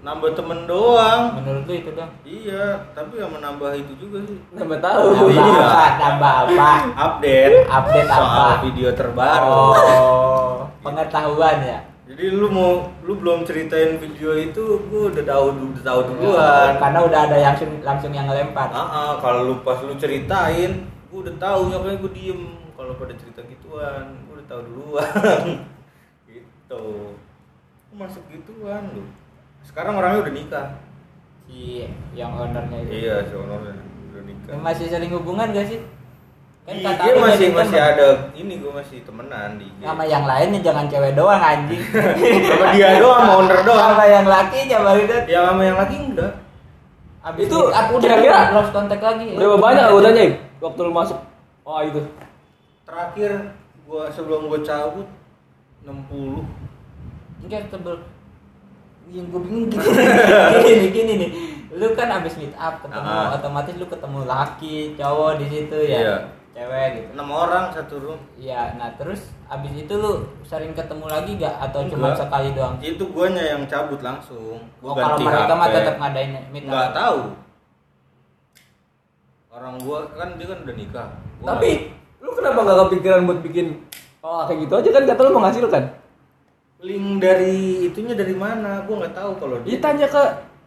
[SPEAKER 3] nambah temen doang
[SPEAKER 1] menurut lu itu dong
[SPEAKER 3] Iya, tapi yang menambah itu juga sih.
[SPEAKER 2] Nambah tahu.
[SPEAKER 1] tambah
[SPEAKER 3] iya.
[SPEAKER 1] apa tambah apa
[SPEAKER 3] Update,
[SPEAKER 1] Update
[SPEAKER 3] soal
[SPEAKER 1] apa?
[SPEAKER 3] video terbaru.
[SPEAKER 1] oh pengetahuan ya
[SPEAKER 3] Jadi lu mau lu belum ceritain video itu, gua udah tahu udah tahu duluan.
[SPEAKER 1] karena udah ada yang langsung, langsung yang ngelempar
[SPEAKER 3] Ah, ah, kalau lu pas lu ceritain, gua udah tahu makanya gua diem. Kalau pada cerita gituan, gua udah tahu duluan. gitu. Lu masuk gituan lu. Sekarang orangnya udah nikah.
[SPEAKER 1] si yang ownernya itu
[SPEAKER 3] Iya, sebenarnya udah nikah.
[SPEAKER 1] Yang masih sering hubungan gak sih
[SPEAKER 3] Di
[SPEAKER 1] Kan kata
[SPEAKER 3] IG
[SPEAKER 1] lu
[SPEAKER 3] Iya, masih
[SPEAKER 1] jadi
[SPEAKER 3] masih
[SPEAKER 1] temen.
[SPEAKER 3] ada ini gua masih temenan di IG.
[SPEAKER 1] sama yang lainnya jangan cewek doang anjing
[SPEAKER 3] sama dia doang, sama owner doang.
[SPEAKER 1] sama yang lakinya baru itu
[SPEAKER 3] Ya sama yang lagi enggak.
[SPEAKER 1] abis
[SPEAKER 2] Itu
[SPEAKER 1] itu aku udah
[SPEAKER 2] kira-kira
[SPEAKER 1] lost kontak lagi Iya.
[SPEAKER 2] Berapa banyak anggotanya? Im? Waktu lu masuk. Oh, itu.
[SPEAKER 3] Terakhir gua sebelum gua cabut 60.
[SPEAKER 1] enggak tebel yang gue bingung gini gini nih gini nih lu kan abis meet up ketemu
[SPEAKER 3] Ah.
[SPEAKER 1] otomatis lu ketemu laki cowok di situ ya
[SPEAKER 3] Iya.
[SPEAKER 1] cewek gitu
[SPEAKER 3] 6 orang satu room.
[SPEAKER 1] Iya, nah terus abis itu lu sering ketemu lagi gak atau cuma
[SPEAKER 3] Enggak.
[SPEAKER 1] sekali doang?
[SPEAKER 3] Itu guanya yang cabut langsung.
[SPEAKER 1] Oh,
[SPEAKER 3] Gua
[SPEAKER 1] kalau
[SPEAKER 3] ganti
[SPEAKER 1] mereka mah
[SPEAKER 3] HP.
[SPEAKER 1] tetap ngadain meet
[SPEAKER 3] enggak
[SPEAKER 1] up.
[SPEAKER 3] tahu. Orang gua kan dia kan udah nikah. Gua
[SPEAKER 2] Tapi
[SPEAKER 3] nggak-
[SPEAKER 2] lu kenapa nggak kepikiran buat bikin oh kayak gitu aja kan kata lu menghasilkan?
[SPEAKER 3] link dari itunya dari mana? Gua nggak tahu kalau dia.
[SPEAKER 2] Iya tanya ke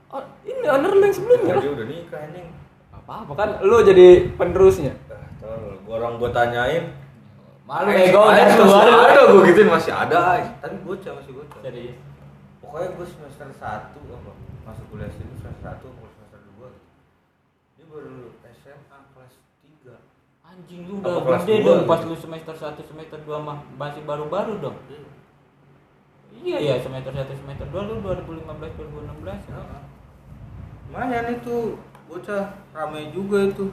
[SPEAKER 2] oh, ini owner lu yang sebelumnya
[SPEAKER 3] Kalau
[SPEAKER 2] lah.
[SPEAKER 3] dia udah nikah anjing.
[SPEAKER 2] Apa apa kan lu jadi penerusnya.
[SPEAKER 3] Ah, tolol. Gua orang gua tanyain.
[SPEAKER 1] Malu
[SPEAKER 3] Eh,
[SPEAKER 1] bego
[SPEAKER 3] ada,
[SPEAKER 1] udah keluar.
[SPEAKER 3] masih Ada gua gituin masih ada. Tapi bocah masih bocah.
[SPEAKER 1] Serius.
[SPEAKER 3] pokoknya gue semester 1 apa masuk kuliah sini semester 1 atau semester 2 ini baru SMA kelas 3
[SPEAKER 1] Anjing lu
[SPEAKER 3] Apa
[SPEAKER 1] udah
[SPEAKER 3] kelas
[SPEAKER 1] gede
[SPEAKER 3] dua?
[SPEAKER 1] dong pas lu semester 1 semester 2 mah masih baru-baru dong. Iya ya semester 1 semester 2 lu 2015 2016. Ya.
[SPEAKER 3] lumayan itu bocah rame juga itu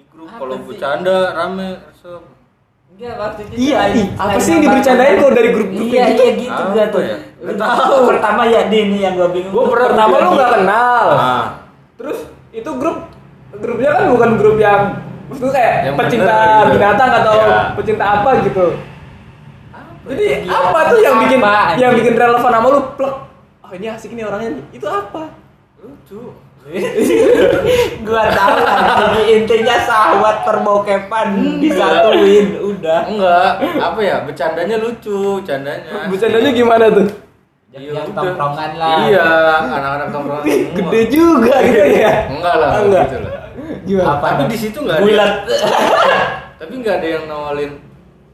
[SPEAKER 3] di grup
[SPEAKER 1] Apa
[SPEAKER 3] kalau
[SPEAKER 1] sih?
[SPEAKER 3] bercanda rame resep
[SPEAKER 1] Enggak waktu itu
[SPEAKER 2] Iya,
[SPEAKER 1] selain-
[SPEAKER 2] ih, apa
[SPEAKER 1] selain
[SPEAKER 2] sih yang
[SPEAKER 1] nambah-
[SPEAKER 2] dibercandain kalau dari grup-grup
[SPEAKER 1] Iya,
[SPEAKER 2] kayak gitu?
[SPEAKER 1] iya gitu
[SPEAKER 3] Apa
[SPEAKER 1] gua tuh.
[SPEAKER 3] ya?
[SPEAKER 1] Lu
[SPEAKER 3] Nggak tahu.
[SPEAKER 1] Pertama ya Din yang gua bingung.
[SPEAKER 2] Gua
[SPEAKER 1] tuh.
[SPEAKER 2] pernah- gitu. pertama lu nggak kenal.
[SPEAKER 3] ah,
[SPEAKER 2] Terus itu grup grupnya kan bukan grup yang maksudnya kayak
[SPEAKER 3] Yang
[SPEAKER 2] pecinta
[SPEAKER 3] bener gitu.
[SPEAKER 2] binatang atau
[SPEAKER 3] Iya.
[SPEAKER 2] pecinta apa gitu. Jadi
[SPEAKER 1] Iya,
[SPEAKER 2] apa tuh yang
[SPEAKER 1] apa,
[SPEAKER 2] bikin
[SPEAKER 1] anjing?
[SPEAKER 2] yang bikin relevan sama lu plek? Oh ini asik nih orangnya. Itu apa?
[SPEAKER 3] lucu
[SPEAKER 1] gua tahu anjing intinya sahabat perbokepan disatuin udah.
[SPEAKER 3] enggak apa ya bercandanya lucu bercandanya
[SPEAKER 2] Bercandanya gimana tuh?
[SPEAKER 1] yang,
[SPEAKER 3] Iya,
[SPEAKER 1] yang
[SPEAKER 3] udah.
[SPEAKER 1] tongkrongan lah
[SPEAKER 3] Iya, anak-anak tongkrongan
[SPEAKER 2] Ih,
[SPEAKER 3] semua.
[SPEAKER 2] gede juga gitu ya.
[SPEAKER 3] Enggak lah,
[SPEAKER 2] Ah, enggak.
[SPEAKER 3] gitu lah.
[SPEAKER 2] Gimana?
[SPEAKER 1] Apa?
[SPEAKER 3] Tapi di situ enggak ada.
[SPEAKER 1] bulat
[SPEAKER 3] Tapi enggak ada yang nawalin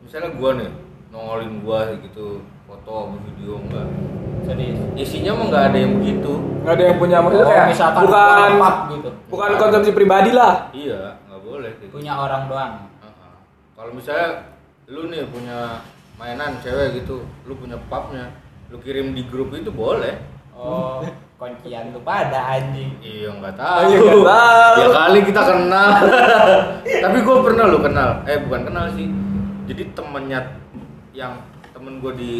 [SPEAKER 3] misalnya gua nih, nawalin gua gitu foto sama video enggak.
[SPEAKER 1] serius
[SPEAKER 3] Isinya mah enggak ada yang begitu.
[SPEAKER 2] Nggak ada yang punya maksudnya kayak
[SPEAKER 1] misalkan
[SPEAKER 2] bukan
[SPEAKER 1] empat gitu
[SPEAKER 2] bukan konsumsi pribadi lah.
[SPEAKER 3] Iya, enggak boleh gitu.
[SPEAKER 1] punya orang doang
[SPEAKER 3] Heeh. Kalau misalnya lu nih punya mainan cewek gitu, lu punya pubnya, lu kirim di grup itu boleh.
[SPEAKER 1] oh kuncian lu pada anjing
[SPEAKER 3] Iya nggak
[SPEAKER 2] Iya, nggak
[SPEAKER 3] tahu.
[SPEAKER 2] tahu.
[SPEAKER 3] Ya kali kita kenal. Tapi gue pernah lo kenal. Eh bukan kenal sih. Jadi temennya yang temen gue di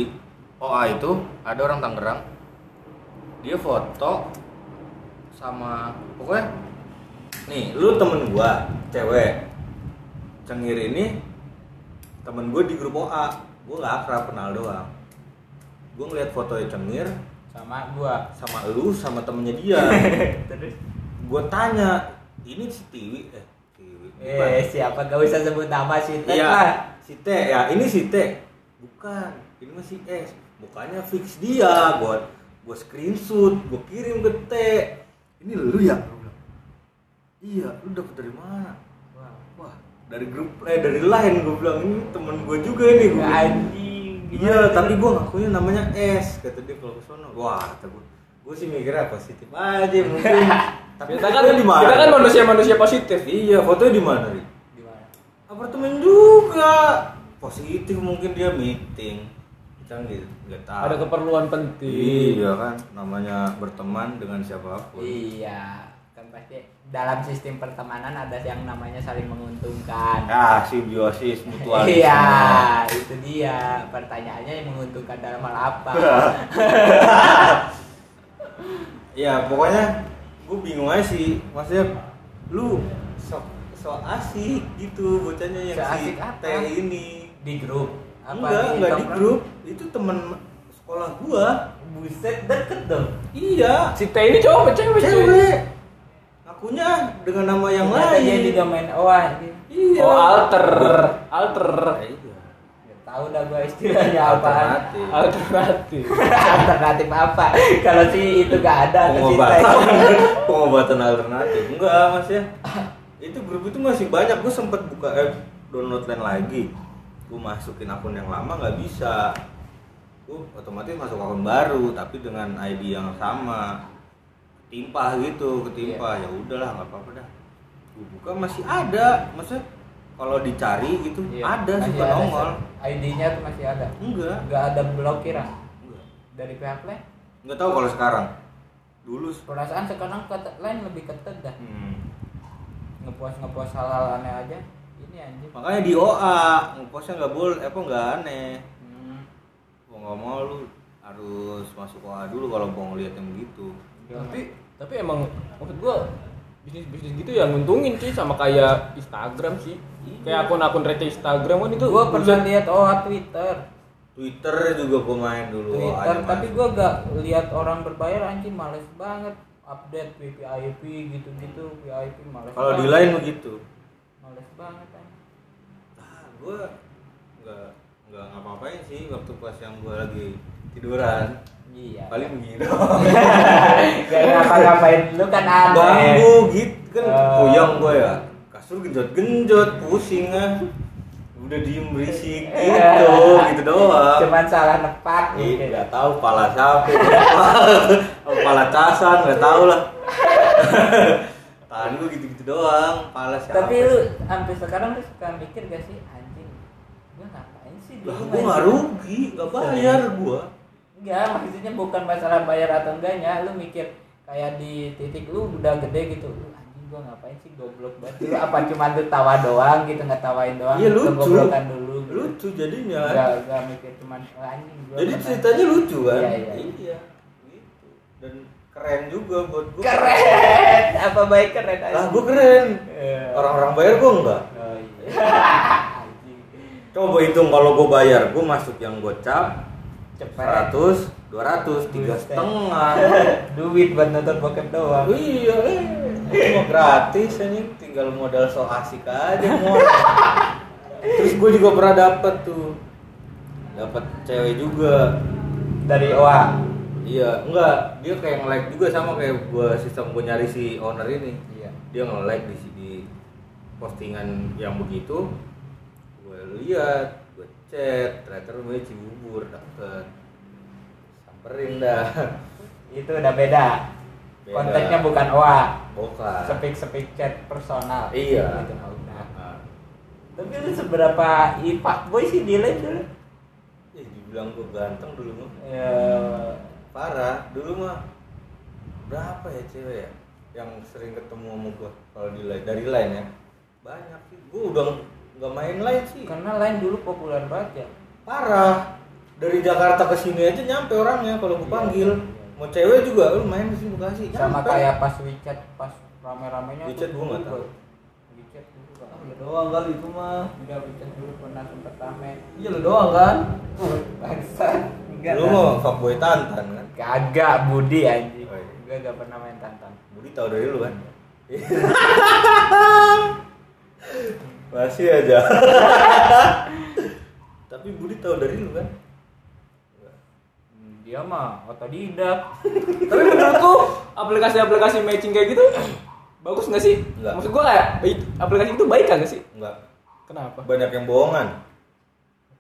[SPEAKER 3] OA itu ada orang Tangerang. Dia foto sama pokoknya nih lu temen gue cewek cengir ini temen gue di grup OA gue nggak akrab kenal doang gue ngeliat fotonya cengir
[SPEAKER 1] sama gua
[SPEAKER 3] sama lu sama temennya dia
[SPEAKER 1] terus
[SPEAKER 3] gue tanya ini si Tiwi eh Tiwi bukan.
[SPEAKER 1] eh siapa gak usah sebut nama sih Ted
[SPEAKER 3] iya
[SPEAKER 1] lah
[SPEAKER 3] si T ya ini si T bukan ini masih S mukanya fix dia gue gue screenshot gue kirim ke T ini lu ya Gua bilang, iya lu dapet dari mana wah dari grup eh dari lain gue bilang ini temen gue juga ini gue
[SPEAKER 1] anjing
[SPEAKER 3] Iya, tapi gue ngakunya namanya S kata dia kalau kesana. Wah, kata gue, gue sih mikirnya positif aja mungkin.
[SPEAKER 2] Kita
[SPEAKER 3] tapi
[SPEAKER 2] kan
[SPEAKER 3] fotonya di mana?
[SPEAKER 2] kita kan manusia-manusia positif.
[SPEAKER 3] Iya, fotonya di mana? Ri?
[SPEAKER 1] gimana
[SPEAKER 3] Apartemen juga. Positif mungkin dia meeting. Kita nggak nggak tahu.
[SPEAKER 2] Ada keperluan penting.
[SPEAKER 3] Iya kan, namanya berteman dengan siapapun.
[SPEAKER 1] iya kan pasti dalam sistem pertemanan ada yang namanya saling menguntungkan
[SPEAKER 3] Ah, simbiosis mutualisme.
[SPEAKER 1] iya itu dia pertanyaannya yang menguntungkan dalam hal apa
[SPEAKER 3] ya pokoknya gue bingung aja sih maksudnya lu sok so asik gitu bocahnya yang
[SPEAKER 1] So
[SPEAKER 3] si
[SPEAKER 1] asik apa?
[SPEAKER 3] T ini
[SPEAKER 1] di grup
[SPEAKER 3] enggak enggak di
[SPEAKER 1] tongkrong?
[SPEAKER 3] grup itu temen sekolah gua
[SPEAKER 1] buset deket dong
[SPEAKER 3] iya
[SPEAKER 2] Si T ini cowok apa cewek?
[SPEAKER 3] cewek ngakunya dengan nama yang
[SPEAKER 1] Ternyata dia
[SPEAKER 3] lain
[SPEAKER 1] juga main oah gitu.
[SPEAKER 3] iya
[SPEAKER 2] Oh, alter. Alter.
[SPEAKER 3] Iya.
[SPEAKER 1] Gak Ya, tahu dah gua istilahnya apaan
[SPEAKER 3] Alternatif.
[SPEAKER 2] Alternatif.
[SPEAKER 1] alternatif apa kalau si itu gak ada atau si
[SPEAKER 3] pengobatan
[SPEAKER 1] Teh.
[SPEAKER 3] pengobatan alternatif enggak mas ya itu grup itu masih banyak gue sempet buka eh, download lain lagi gue masukin akun yang lama nggak bisa gue otomatis masuk akun baru tapi dengan ID yang sama ketimpa gitu ketimpa
[SPEAKER 1] Iya.
[SPEAKER 3] ya udahlah nggak apa-apa dah gue buka masih ada maksudnya kalau dicari gitu
[SPEAKER 1] Iya,
[SPEAKER 3] ada
[SPEAKER 1] masih
[SPEAKER 3] suka
[SPEAKER 1] ada, ya.
[SPEAKER 3] nongol
[SPEAKER 1] Seth. ID-nya tuh masih ada
[SPEAKER 3] enggak
[SPEAKER 1] gak ada blokiran
[SPEAKER 3] enggak
[SPEAKER 1] dari pihak lain
[SPEAKER 3] nggak tahu kalau sekarang dulu se-
[SPEAKER 1] perasaan sekarang kata lain lebih ketat dah
[SPEAKER 3] hmm.
[SPEAKER 1] ngepuas ngepuas hal-hal aneh aja ini anjir
[SPEAKER 3] Makanya di OA ngepostnya nggak boleh, apa nggak aneh.
[SPEAKER 1] hmm.
[SPEAKER 3] Mau nggak mau lu harus masuk OA dulu kalau mau ngeliat yang begitu.
[SPEAKER 2] tapi tapi emang maksud gua bisnis bisnis gitu ya nguntungin sih sama kayak Instagram sih. Kayak akun-akun rete Instagram kan itu.
[SPEAKER 1] gue pernah
[SPEAKER 2] buset.
[SPEAKER 1] lihat oh Twitter
[SPEAKER 3] Twitter juga gue main dulu
[SPEAKER 1] Twitter
[SPEAKER 3] OA.
[SPEAKER 1] tapi gue gak lihat orang berbayar anjing males banget update VVIP gitu-gitu VIP males
[SPEAKER 3] kalau di
[SPEAKER 1] banget.
[SPEAKER 3] lain begitu.
[SPEAKER 1] males banget anjing
[SPEAKER 3] Nah, gue nggak nggak ngapa-ngapain sih waktu pas yang gue lagi tiduran.
[SPEAKER 1] iya
[SPEAKER 3] Paling gitu. begini doang.
[SPEAKER 1] gak ngapa-ngapain lu kan aneh
[SPEAKER 3] Ganggu gitu kan
[SPEAKER 1] Eh.
[SPEAKER 3] puyeng gue ya. Kasur genjot-genjot, pusing ah. Udah diem berisik gitu, gitu doang.
[SPEAKER 1] Iya.
[SPEAKER 3] Iya.
[SPEAKER 1] cuman salah gitu. nepak
[SPEAKER 3] Ih, nggak tahu pala siapa, oh, pala casan nggak tahu lah. Tangan gue gitu-gitu doang, pala siapa.
[SPEAKER 1] tapi lu sampai sekarang lu suka mikir gak sih anjing gue ngapain sih
[SPEAKER 3] lah,
[SPEAKER 1] dulu
[SPEAKER 3] gue
[SPEAKER 1] main-
[SPEAKER 3] nggak rugi, nggak bayar gue.
[SPEAKER 1] Enggak, maksudnya bukan masalah bayar atau enggaknya, lu mikir kayak di titik lu udah gede gitu. Lu anjing gua ngapain sih goblok banget. Lu apa cuma lu tawa doang gitu ngetawain doang
[SPEAKER 3] Iya
[SPEAKER 1] gitu,
[SPEAKER 3] lucu,
[SPEAKER 1] goblokan dulu. Gitu.
[SPEAKER 3] lucu jadinya.
[SPEAKER 1] Enggak, enggak mikir cuman "Oh, anjing gua.
[SPEAKER 3] Jadi
[SPEAKER 1] pernah."
[SPEAKER 3] ceritanya lucu kan?
[SPEAKER 1] Iya, iya.
[SPEAKER 3] gitu. Dan keren juga buat gue.
[SPEAKER 1] Keren. Apa baik keren aja.
[SPEAKER 3] Lah, gue keren.
[SPEAKER 1] Iya.
[SPEAKER 3] Orang-orang bayar gue enggak.
[SPEAKER 1] Oh, iya. Anjing.
[SPEAKER 3] Coba hitung kalau gue bayar, gue masuk yang gocap
[SPEAKER 1] Cepet.
[SPEAKER 3] 100, 200, tiga
[SPEAKER 1] Buset.
[SPEAKER 3] setengah.
[SPEAKER 1] Duit buat nonton bokep doang.
[SPEAKER 3] Iya, eh. Mau gratis anjing, tinggal modal so asik aja mau. Terus gue juga pernah dapet tuh. Dapet cewek juga
[SPEAKER 1] Dari OA.
[SPEAKER 3] Iya, enggak. Dia kayak nge-like juga sama kayak gua sistem gua nyari si owner ini.
[SPEAKER 1] Iya.
[SPEAKER 3] Dia nge-like di di postingan yang begitu. Gue lihat, gue chat, ternyata rumahnya Cibubur deket. Samperin dah.
[SPEAKER 1] Itu udah beda.
[SPEAKER 3] Beda.
[SPEAKER 1] Kontennya bukan OA.
[SPEAKER 3] Boka.
[SPEAKER 1] Speak-speak chat personal.
[SPEAKER 3] Iya.
[SPEAKER 1] Gitu, udah.
[SPEAKER 3] Nah,
[SPEAKER 1] Tapi lu seberapa ipak boy sih delay dulu?
[SPEAKER 3] ya dibilang gua ganteng dulu mah.
[SPEAKER 1] Ya,
[SPEAKER 3] Parah, dulu mah berapa ya cewek ya yang sering ketemu sama gua kalau di line dari line ya banyak sih gua udah nggak main line sih
[SPEAKER 1] karena lain dulu populer banget ya.
[SPEAKER 3] parah dari Jakarta ke sini aja nyampe orangnya kalau gue
[SPEAKER 1] Iya,
[SPEAKER 3] panggil
[SPEAKER 1] iya.
[SPEAKER 3] mau cewek juga lu main di sini bekasi
[SPEAKER 1] Sama
[SPEAKER 3] nyampe.
[SPEAKER 1] kayak pas WeChat pas rame-ramenya
[SPEAKER 3] Iya, kan? WeChat
[SPEAKER 1] tuh
[SPEAKER 3] gua nggak
[SPEAKER 1] dulu,
[SPEAKER 3] tahu. Oh, iya
[SPEAKER 1] Boy. WeChat dulu Bang.
[SPEAKER 4] Ah, Lu doang kali itu mah.
[SPEAKER 1] Udah WeChat dulu pernah sempet rame.
[SPEAKER 4] Iya lu doang kan?
[SPEAKER 1] Uh, bangsat. Enggak. kan?
[SPEAKER 3] lu
[SPEAKER 1] lah.
[SPEAKER 3] mau fuckboy tantan kan
[SPEAKER 1] Kagak Budi anjing.
[SPEAKER 3] Oh, iya.
[SPEAKER 1] Gue gak pernah main tantan.
[SPEAKER 3] Budi tahu dari lu kan
[SPEAKER 1] Iya.
[SPEAKER 3] masih aja tapi Budi tahu dari lu kan
[SPEAKER 1] Hmm, Dia mah otodidak.
[SPEAKER 2] Tapi menurut lu aplikasi-aplikasi matching kayak gitu bagus nggak sih?
[SPEAKER 3] Nggak.
[SPEAKER 2] Maksud gua kayak baik, aplikasi itu baik nggak sih?
[SPEAKER 3] enggak
[SPEAKER 2] Kenapa?
[SPEAKER 3] banyak yang bohongan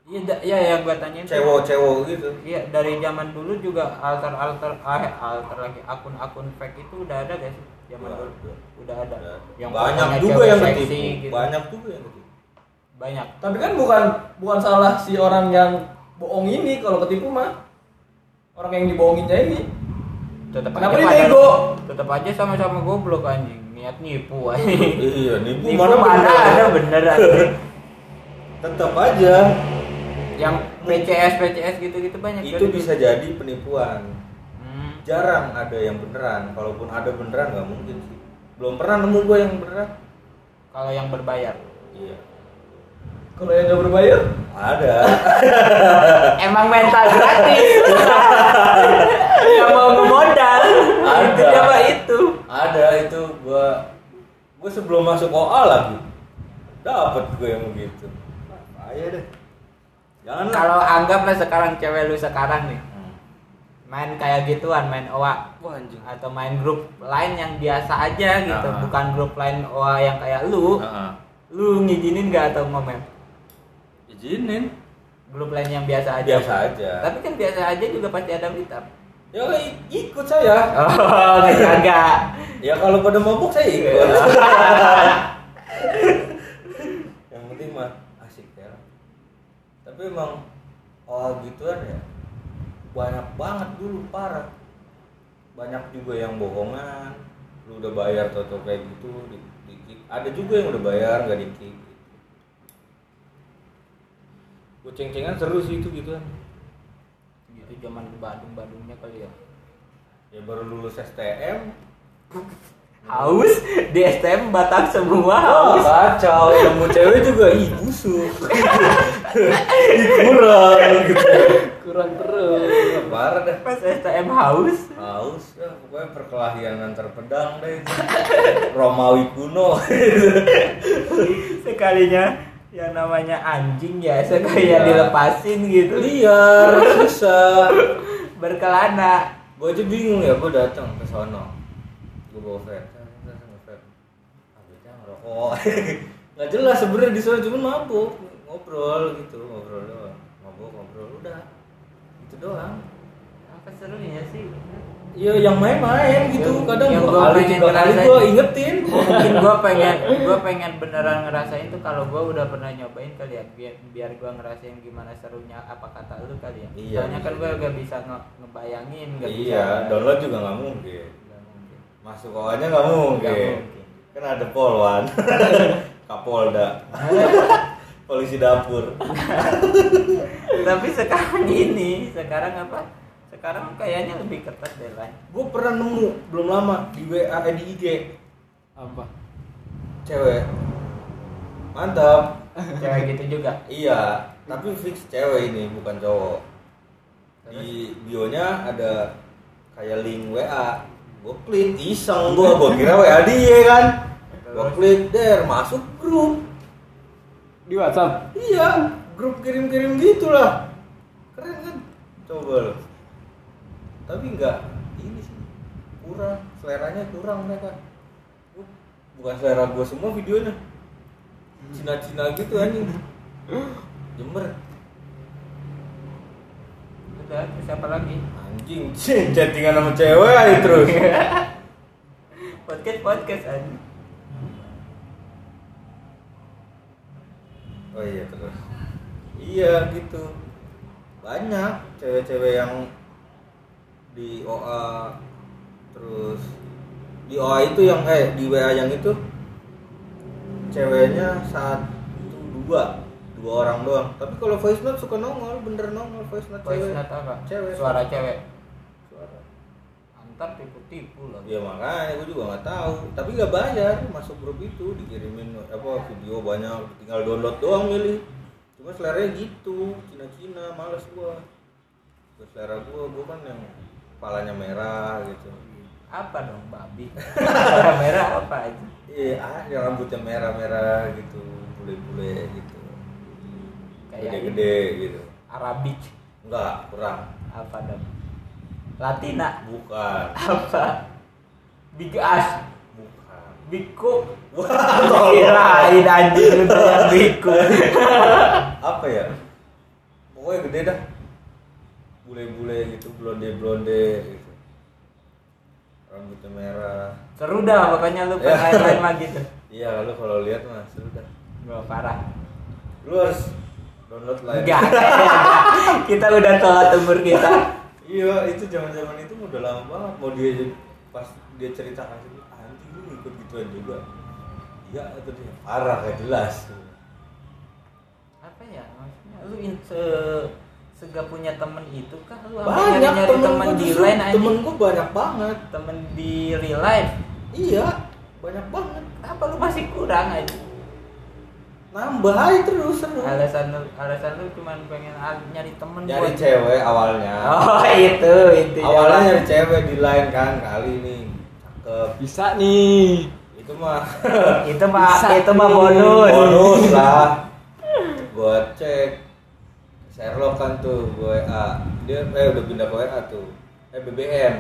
[SPEAKER 1] Iya, da- iya yang gue tanyain. tuh.
[SPEAKER 3] cewek-cewek gitu
[SPEAKER 1] Iya dari zaman dulu juga alter alter ah, alter lagi akun-akun fake itu udah ada guys zaman
[SPEAKER 3] Udah
[SPEAKER 1] dulu
[SPEAKER 3] ada.
[SPEAKER 1] udah ada.
[SPEAKER 3] banyak
[SPEAKER 1] fotonya
[SPEAKER 3] juga
[SPEAKER 1] cewek
[SPEAKER 3] yang
[SPEAKER 1] seksi
[SPEAKER 3] ketipu
[SPEAKER 1] gitu.
[SPEAKER 3] banyak juga yang ketipu
[SPEAKER 1] Banyak.
[SPEAKER 4] Tapi kan bukan bukan salah si orang yang bohong ini kalau ketipu mah. Orang yang dibohonginnya ini.
[SPEAKER 1] Tetap
[SPEAKER 4] Kenapa
[SPEAKER 1] aja
[SPEAKER 4] dia
[SPEAKER 1] pada-
[SPEAKER 4] bego?
[SPEAKER 1] Tetap aja sama-sama goblok anjing. Niat nipu anjing.
[SPEAKER 3] iya nipu
[SPEAKER 1] nipu
[SPEAKER 3] mana
[SPEAKER 1] mana
[SPEAKER 3] bener.
[SPEAKER 1] ada bener anjing.
[SPEAKER 3] tetap aja
[SPEAKER 1] yang PCS PCS gitu-gitu banyak
[SPEAKER 3] itu
[SPEAKER 1] kan?
[SPEAKER 3] bisa Iya, jadi penipuan
[SPEAKER 1] Hmm.
[SPEAKER 3] jarang ada yang beneran kalaupun ada beneran nggak mungkin sih belum pernah nemu gue yang beneran
[SPEAKER 1] Kalau yang berbayar.
[SPEAKER 3] iya
[SPEAKER 4] Kalau yang gak berbayar,
[SPEAKER 3] ada
[SPEAKER 1] Emang mental gratis. Gak mau ngemodal.
[SPEAKER 3] Ada.
[SPEAKER 1] Itu apa itu?
[SPEAKER 3] ada itu gue gue sebelum masuk OA lagi dapat gue yang begitu ayo deh jangan lah
[SPEAKER 1] Kalau anggaplah sekarang cewek lu sekarang nih
[SPEAKER 3] Hmm.
[SPEAKER 1] main kayak gituan, main OA
[SPEAKER 3] wah anjing
[SPEAKER 1] atau main grup lain yang biasa aja gitu,
[SPEAKER 3] Ah.
[SPEAKER 1] bukan grup lain OA yang kayak lu.
[SPEAKER 3] Heeh.
[SPEAKER 1] Lu ngizinin gak atau ngomel?
[SPEAKER 3] izinin
[SPEAKER 1] Grup lain yang biasa aja.
[SPEAKER 3] biasa aja
[SPEAKER 1] Tapi kan biasa aja juga pasti ada berita.
[SPEAKER 3] ya i- ikut saya
[SPEAKER 1] Oh, kagak.
[SPEAKER 3] ya kalau pada mabuk saya ikut
[SPEAKER 1] Iya.
[SPEAKER 3] yang penting mah asik ya tapi emang oh gituan ya banyak banget dulu parah banyak juga yang bohongan lu udah bayar toto kayak gitu di, di, di- ada juga yang udah bayar nggak di kick gue ceng-cengan seru sih itu gituan
[SPEAKER 1] Itu zaman Bandung-Bandungnya Gitu, kali ya.
[SPEAKER 3] ya baru lulus STM
[SPEAKER 1] Haus di STM Batak semua
[SPEAKER 3] Wah,
[SPEAKER 1] haus.
[SPEAKER 3] kacau nemu cewek juga ih busuk Ih, kurang gitu
[SPEAKER 2] Kurang terus.
[SPEAKER 3] parah dah
[SPEAKER 1] Pas STM haus.
[SPEAKER 3] haus dah pokoknya perkelahian antar pedang deh itu. Romawi kuno
[SPEAKER 1] sekalinya yang namanya anjing ya sekalinya
[SPEAKER 3] Iya.
[SPEAKER 1] dilepasin gitu
[SPEAKER 3] liar susah
[SPEAKER 1] berkelana
[SPEAKER 3] gue aja bingung ya gue datang ke sono gue bawa vape datang ke vape habisnya ngerokok nggak jelas sebenarnya di sana cuma mabuk ngobrol gitu ngobrol doang mabuk ngobrol udah itu doang
[SPEAKER 1] apa serunya sih
[SPEAKER 3] Iya yang main-main gitu
[SPEAKER 1] Yang-
[SPEAKER 3] kadang
[SPEAKER 1] Iya. yang kan,
[SPEAKER 3] dua
[SPEAKER 1] gua
[SPEAKER 3] kali
[SPEAKER 1] pengen
[SPEAKER 3] tiga kali
[SPEAKER 1] ngerasain.
[SPEAKER 3] gue ingetin
[SPEAKER 1] mungkin gue pengen gue pengen beneran ngerasain tuh kalau gue udah pernah nyobain kali ya biar biar gue ngerasain gimana serunya apa kata lu kali ya
[SPEAKER 3] Iya,
[SPEAKER 1] soalnya kan
[SPEAKER 3] bisa
[SPEAKER 1] gue
[SPEAKER 3] jadi.
[SPEAKER 1] gak bisa nge- ngebayangin gak
[SPEAKER 3] iya
[SPEAKER 1] bisa
[SPEAKER 3] download juga nggak mungkin
[SPEAKER 1] Nggak mungkin.
[SPEAKER 3] masuk awalnya nggak mungkin
[SPEAKER 1] Nggak mungkin.
[SPEAKER 3] kan ada polwan kapolda polisi dapur
[SPEAKER 1] tapi sekarang ini sekarang apa sekarang kayaknya lebih ketat deh lah
[SPEAKER 3] gue pernah nemu belum lama di wa eh, di ig
[SPEAKER 2] Apa?
[SPEAKER 3] cewek mantap
[SPEAKER 1] cewek gitu juga
[SPEAKER 3] iya tapi fix cewek ini bukan cowok di bionya ada kayak link WA gue klik iseng gue gue kira WA dia kan gue klik der masuk grup
[SPEAKER 2] Di WhatsApp.
[SPEAKER 3] iya grup kirim kirim gitulah keren kan coba lo tapi nggak ini sih kurang seleranya kurang mereka Gua- bukan selera gua semua videonya Cina-Cina gitu anjing Jember
[SPEAKER 1] udah terus siapa lagi
[SPEAKER 3] anjing cing chattingan sama cewek aja terus
[SPEAKER 1] podcast podcast aja
[SPEAKER 3] oh iya terus iya gitu banyak cewek-cewek yang di OA terus di OA itu yang eh di WA yang itu ceweknya satu dua dua orang doang tapi kalau voice note suka nongol bener nongol voice note
[SPEAKER 1] voice
[SPEAKER 3] cewek
[SPEAKER 1] note apa
[SPEAKER 3] cewek
[SPEAKER 1] suara cewek
[SPEAKER 3] suara
[SPEAKER 1] antar tipu-tipu loh
[SPEAKER 3] Ya makanya gue juga nggak tahu, tapi nggak bayar masuk grup itu dikirimin apa video banyak, tinggal download doang milih. Cuma seleranya gitu, Cina-Cina, males gua. Terus selera gua, gua kan yang kepalanya merah gitu.
[SPEAKER 1] apa dong babi merah merah apa aja
[SPEAKER 3] Iya, ah, yang rambutnya merah-merah gitu, bule-bule gitu.
[SPEAKER 1] Kayak
[SPEAKER 3] Gede-gede gitu.
[SPEAKER 1] Arabic
[SPEAKER 3] Enggak, kurang.
[SPEAKER 1] apa dong Latina
[SPEAKER 3] Bukan.
[SPEAKER 1] Ah. apa Big Ass
[SPEAKER 3] Bukan.
[SPEAKER 1] Big Cook
[SPEAKER 3] Wah,
[SPEAKER 1] kirain anjing lu tanya Big Cook
[SPEAKER 3] apa ya pokoknya gede dah bule-bule gitu blonde-blonde gitu rambutnya merah
[SPEAKER 1] seru dah pokoknya lu pengen
[SPEAKER 3] Ya.
[SPEAKER 1] lain-lain lagi tuh
[SPEAKER 3] iya lu kalau lihat mah seru dah
[SPEAKER 1] Gua parah
[SPEAKER 3] lu harus download lah ya.
[SPEAKER 1] enggak kayaknya enggak. kita udah telat umur kita
[SPEAKER 3] iya itu zaman-zaman itu udah lama banget mau dia pas dia cerita kan gitu, anjing lu ikut gituan juga iya atau dia parah gak jelas
[SPEAKER 1] apa ya maksudnya lu in, se- sega punya temen itu kah lu apa
[SPEAKER 3] banyak
[SPEAKER 1] nyari, -nyari
[SPEAKER 3] temen,
[SPEAKER 1] temen
[SPEAKER 3] gua
[SPEAKER 1] di
[SPEAKER 3] justru,
[SPEAKER 1] lain anjing
[SPEAKER 3] temen gua banyak banget
[SPEAKER 1] temen di real life
[SPEAKER 3] iya banyak banget
[SPEAKER 1] apa lu masih kurang aja
[SPEAKER 3] nambah aja terus terus
[SPEAKER 1] alasan lu alasan lu cuma pengen a- nyari temen
[SPEAKER 3] nyari
[SPEAKER 1] buat-
[SPEAKER 3] cewek awalnya
[SPEAKER 1] oh itu itu ya.
[SPEAKER 3] awalnya nyari cewek di lain kan kali ini cakep
[SPEAKER 2] Bisa nih.
[SPEAKER 3] itu mah
[SPEAKER 1] itu mah
[SPEAKER 2] Bisa
[SPEAKER 1] Ya, itu mah
[SPEAKER 2] nih.
[SPEAKER 1] bonus
[SPEAKER 3] bonus lah gue cek Sherlock kan tuh gue WA dia eh udah pindah ke WA tuh eh BBM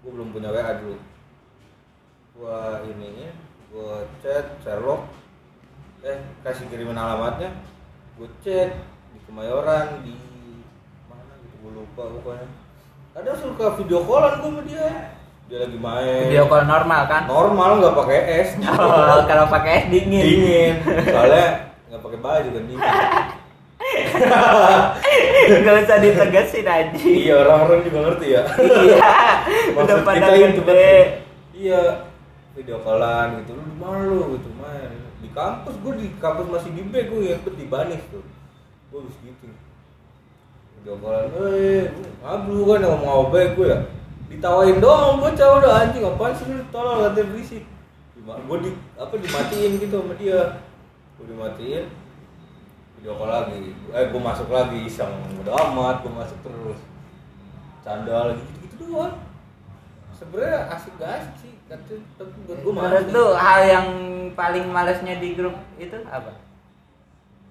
[SPEAKER 3] gue belum punya WA dulu gue ini gue chat Sherlock eh kasih kirimin alamatnya gue chat di Kemayoran di mana gitu gue lupa pokoknya ada suka video callan gue sama dia dia lagi main
[SPEAKER 1] video call normal kan
[SPEAKER 3] normal nggak pakai es
[SPEAKER 1] Oh, kalau pakai es dingin.
[SPEAKER 3] dingin soalnya nggak pakai baju kan dingin
[SPEAKER 1] Enggak usah ditegasin anjing.
[SPEAKER 3] iya orang-orang juga ngerti ya
[SPEAKER 1] Iya. Udah
[SPEAKER 3] maksud
[SPEAKER 1] pada
[SPEAKER 3] kita itu kan
[SPEAKER 1] gede.
[SPEAKER 3] iya video callan gitu lu di mana lu gitu main di kampus gue di kampus masih di B gue yang di Banis tuh gue habis gitu video callan eh abu kan yang ngomong apa gue ya ditawain doang gue cowok udah anjing apaan sih lu tolong katanya berisik gue di apa dimatiin gitu sama dia gue dimatiin video call lagi eh gue masuk lagi iseng udah amat gue masuk terus canda lagi gitu gitu doang sebenarnya asik gak asik sih tapi tapi buat gue
[SPEAKER 1] Menurut lu hal yang paling malesnya di grup itu apa?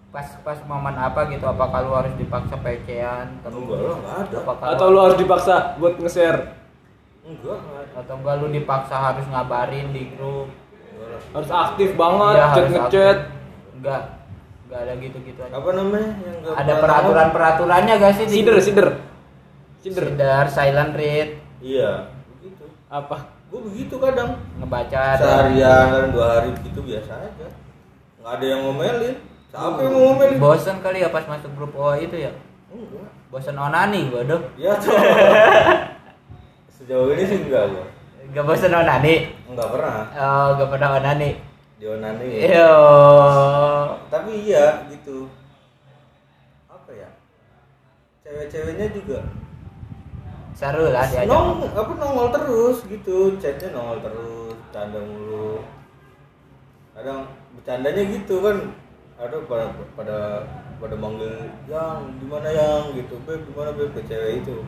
[SPEAKER 1] Pas pas momen apa gitu? Apakah lu harus dipaksa pecean? Terus-
[SPEAKER 3] Enggak lah, enggak ada.
[SPEAKER 1] Apakah
[SPEAKER 2] Atau lu harus dipaksa buat nge-share.
[SPEAKER 3] enggak enggak ada.
[SPEAKER 1] atau enggak lu dipaksa harus ngabarin di grup?
[SPEAKER 3] Enggak lah.
[SPEAKER 2] Harus aktif banget,
[SPEAKER 1] Iya,
[SPEAKER 2] chat
[SPEAKER 1] harus
[SPEAKER 2] ngechat.
[SPEAKER 1] aktif. Enggak. Enggak ada gitu-gitu aja.
[SPEAKER 3] apa namanya yang enggak
[SPEAKER 1] Ada peraturan-peraturannya gak sih? di
[SPEAKER 2] Sider,
[SPEAKER 1] grup?
[SPEAKER 2] sider. Sider.
[SPEAKER 1] Sider, silent read,
[SPEAKER 3] iya begitu
[SPEAKER 2] Apa?
[SPEAKER 3] gue begitu kadang
[SPEAKER 1] ngebaca
[SPEAKER 3] seharian kadang dua hari gitu biasa aja nggak ada yang ngomelin siapa yang mau ngomelin
[SPEAKER 1] bosen kali ya pas masuk grup OA itu ya
[SPEAKER 3] enggak
[SPEAKER 1] bosen onani gua dong
[SPEAKER 3] ya coba sejauh ini sih enggak gue
[SPEAKER 1] gak bosen onani
[SPEAKER 3] enggak pernah
[SPEAKER 1] oh gak pernah onani
[SPEAKER 3] dionani
[SPEAKER 1] yo
[SPEAKER 3] tapi iya gitu apa ya cewek-ceweknya juga
[SPEAKER 1] seru lah diajak
[SPEAKER 3] nong apa nongol terus gitu chatnya nongol terus canda mulu kadang bercandanya gitu kan aduh pada pada pada manggil yang di mana yang gitu beb di mana beb ke cewek itu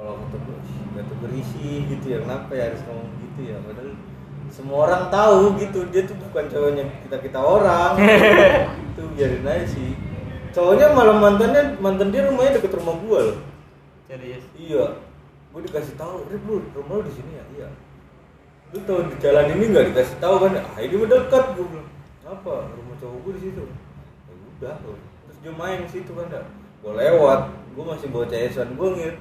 [SPEAKER 3] kalau ketemu "Ih, batu berisi gitu ya kenapa ya harus ngomong gitu ya padahal semua orang tahu gitu dia tuh bukan cowoknya kita kita orang itu biarin aja sih cowoknya malah mantannya mantan dia rumahnya deket rumah gua loh
[SPEAKER 1] serius
[SPEAKER 3] Iya. gue dikasih tahu Rip lu rumah lu di sini ya iya lu tahu di jalan ini nggak dikasih tahu kan ah ini mah dekat gue bilang apa rumah cowok gue di situ ya udah gua bilang. terus dia main di situ kan dah gue lewat gue masih bawa cesan gue ngir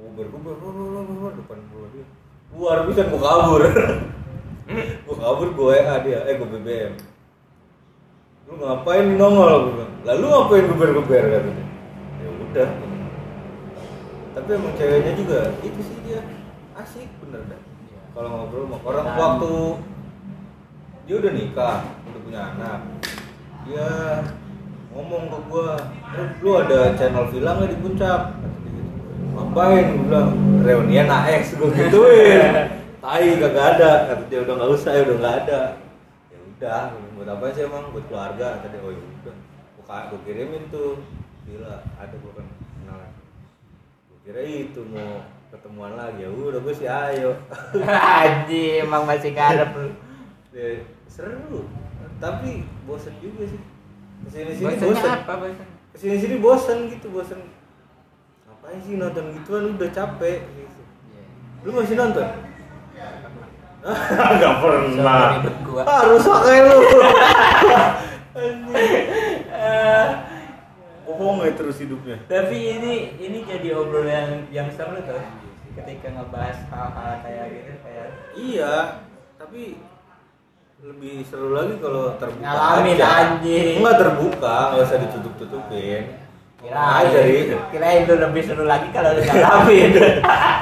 [SPEAKER 3] gue berkubar lu lu lu lu depan gue dia keluar bisa gue kabur gue kabur gue WA dia eh gue BBM lu ngapain nongol gue bilang lalu ngapain geber geber katanya ya udah tapi emang ceweknya juga itu sih dia asik bener dah
[SPEAKER 1] Iya.
[SPEAKER 3] kalau ngobrol sama orang
[SPEAKER 1] Dan-
[SPEAKER 3] waktu dia udah nikah udah punya anak dia ngomong ke gua "Eh, lu ada channel villa nggak di puncak Kata dia gitu. ngapain gua bilang reunian AS gua gituin tai kagak ada kata dia udah nggak usah ya udah nggak ada ya udah buat apa sih emang buat keluarga tadi oh ya udah gua, ka- gua kirimin tuh villa ada gua kan kenalan gua kira itu mau ketemuan lagi ya udah gua sih ayo
[SPEAKER 1] Haji, emang masih ngarep lu.
[SPEAKER 3] Ya, seru tapi bosen juga sih kesini sini
[SPEAKER 1] Bosannya
[SPEAKER 3] bosen
[SPEAKER 1] apa bosan?
[SPEAKER 3] kesini sini bosen gitu bosen ngapain sih nonton gituan udah capek gitu.
[SPEAKER 1] Iya.
[SPEAKER 3] lu masih nonton nggak pernah
[SPEAKER 1] Sama ribet gua.
[SPEAKER 3] ah rusak kayak lu Anjing. bohong ya terus hidupnya
[SPEAKER 1] Tapi ini ini jadi obrolan yang seru tuh ketika ngebahas hal-hal kayak gitu kayak
[SPEAKER 3] iya tapi lebih seru lagi kalau terbuka
[SPEAKER 1] Ngalamin,
[SPEAKER 3] aja.
[SPEAKER 1] anjing.
[SPEAKER 3] Enggak terbuka, nggak usah ditutup-tutupin.
[SPEAKER 1] kira
[SPEAKER 3] Nah, aja Ri.
[SPEAKER 1] kira itu lebih seru lagi kalau udah ngalamin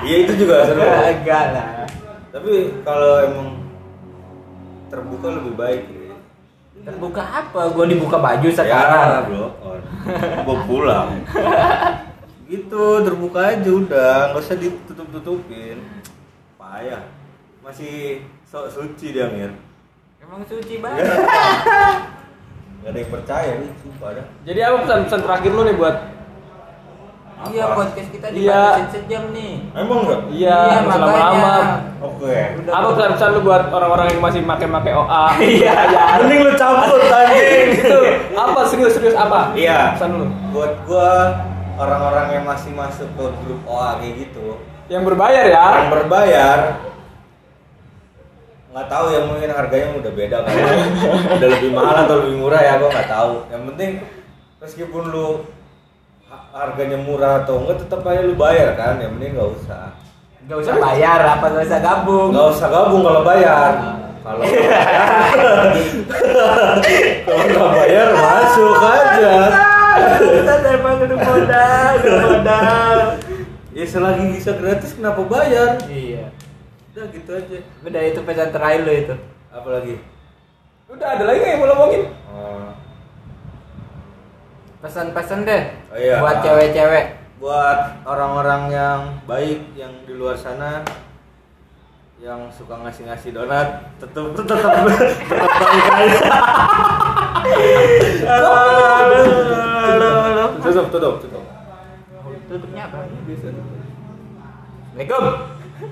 [SPEAKER 3] Iya itu juga seru.
[SPEAKER 1] enggak lah
[SPEAKER 3] Tapi kalau emang terbuka lebih baik ya.
[SPEAKER 1] terbuka apa gua dibuka baju
[SPEAKER 3] Ya,
[SPEAKER 1] sekarang
[SPEAKER 3] bro. Gue pulang. gitu terbuka aja udah, nggak usah ditutup-tutupin. Payah. Masih sok suci dia mir.
[SPEAKER 1] emang suci banget
[SPEAKER 3] Gak ada yang percaya nih, sumpah dah.
[SPEAKER 2] Jadi apa pesan-pesan terakhir lu nih buat
[SPEAKER 1] iya
[SPEAKER 3] Apa?
[SPEAKER 1] podcast kita
[SPEAKER 2] Iya.
[SPEAKER 1] dibatasin sejam nih
[SPEAKER 3] Emang nggak?
[SPEAKER 2] Iya,
[SPEAKER 1] makanya.
[SPEAKER 2] lama-lama.
[SPEAKER 3] Oke.
[SPEAKER 1] Udah
[SPEAKER 2] Apa
[SPEAKER 1] bagus.
[SPEAKER 2] pesan-pesan lu buat orang-orang yang masih pakai-pakai OA? Iya,
[SPEAKER 3] Mending lu gitu. campur tadi.
[SPEAKER 2] Itu Gitu. apa serius-serius apa?
[SPEAKER 3] Iya.
[SPEAKER 2] Pesan lu.
[SPEAKER 3] Buat gua orang-orang yang masih masuk ke grup OA kayak gitu,
[SPEAKER 2] Yang berbayar ya.
[SPEAKER 3] yang berbayar nggak tahu ya mungkin harganya udah beda kali udah lebih mahal atau lebih murah ya gua nggak tahu yang penting meskipun lu ha- harganya murah atau enggak tetap aja lu bayar kan yang penting nggak usah
[SPEAKER 1] nggak usah bayar apa nggak usah gabung
[SPEAKER 3] nggak usah gabung kalau bayar kalau kalau nggak bayar masuk aja
[SPEAKER 1] kita emang udah modal udah modal
[SPEAKER 3] ya selagi bisa gratis kenapa bayar
[SPEAKER 1] iya
[SPEAKER 3] udah gitu aja
[SPEAKER 1] udah itu pesan terakhir lo itu
[SPEAKER 3] apalagi
[SPEAKER 2] Udah ada lagi nggak yang mau ngomongin?
[SPEAKER 3] Eh,
[SPEAKER 1] pesan-pesan deh
[SPEAKER 3] Oh, iya.
[SPEAKER 1] buat cewek-cewek
[SPEAKER 3] buat orang-orang yang baik yang di luar sana yang suka ngasih-ngasih donat tetep tetep tetep baik aja Halo, halo, halo, halo. tutup tutup tutup
[SPEAKER 1] tutupnya apa? Assalamualaikum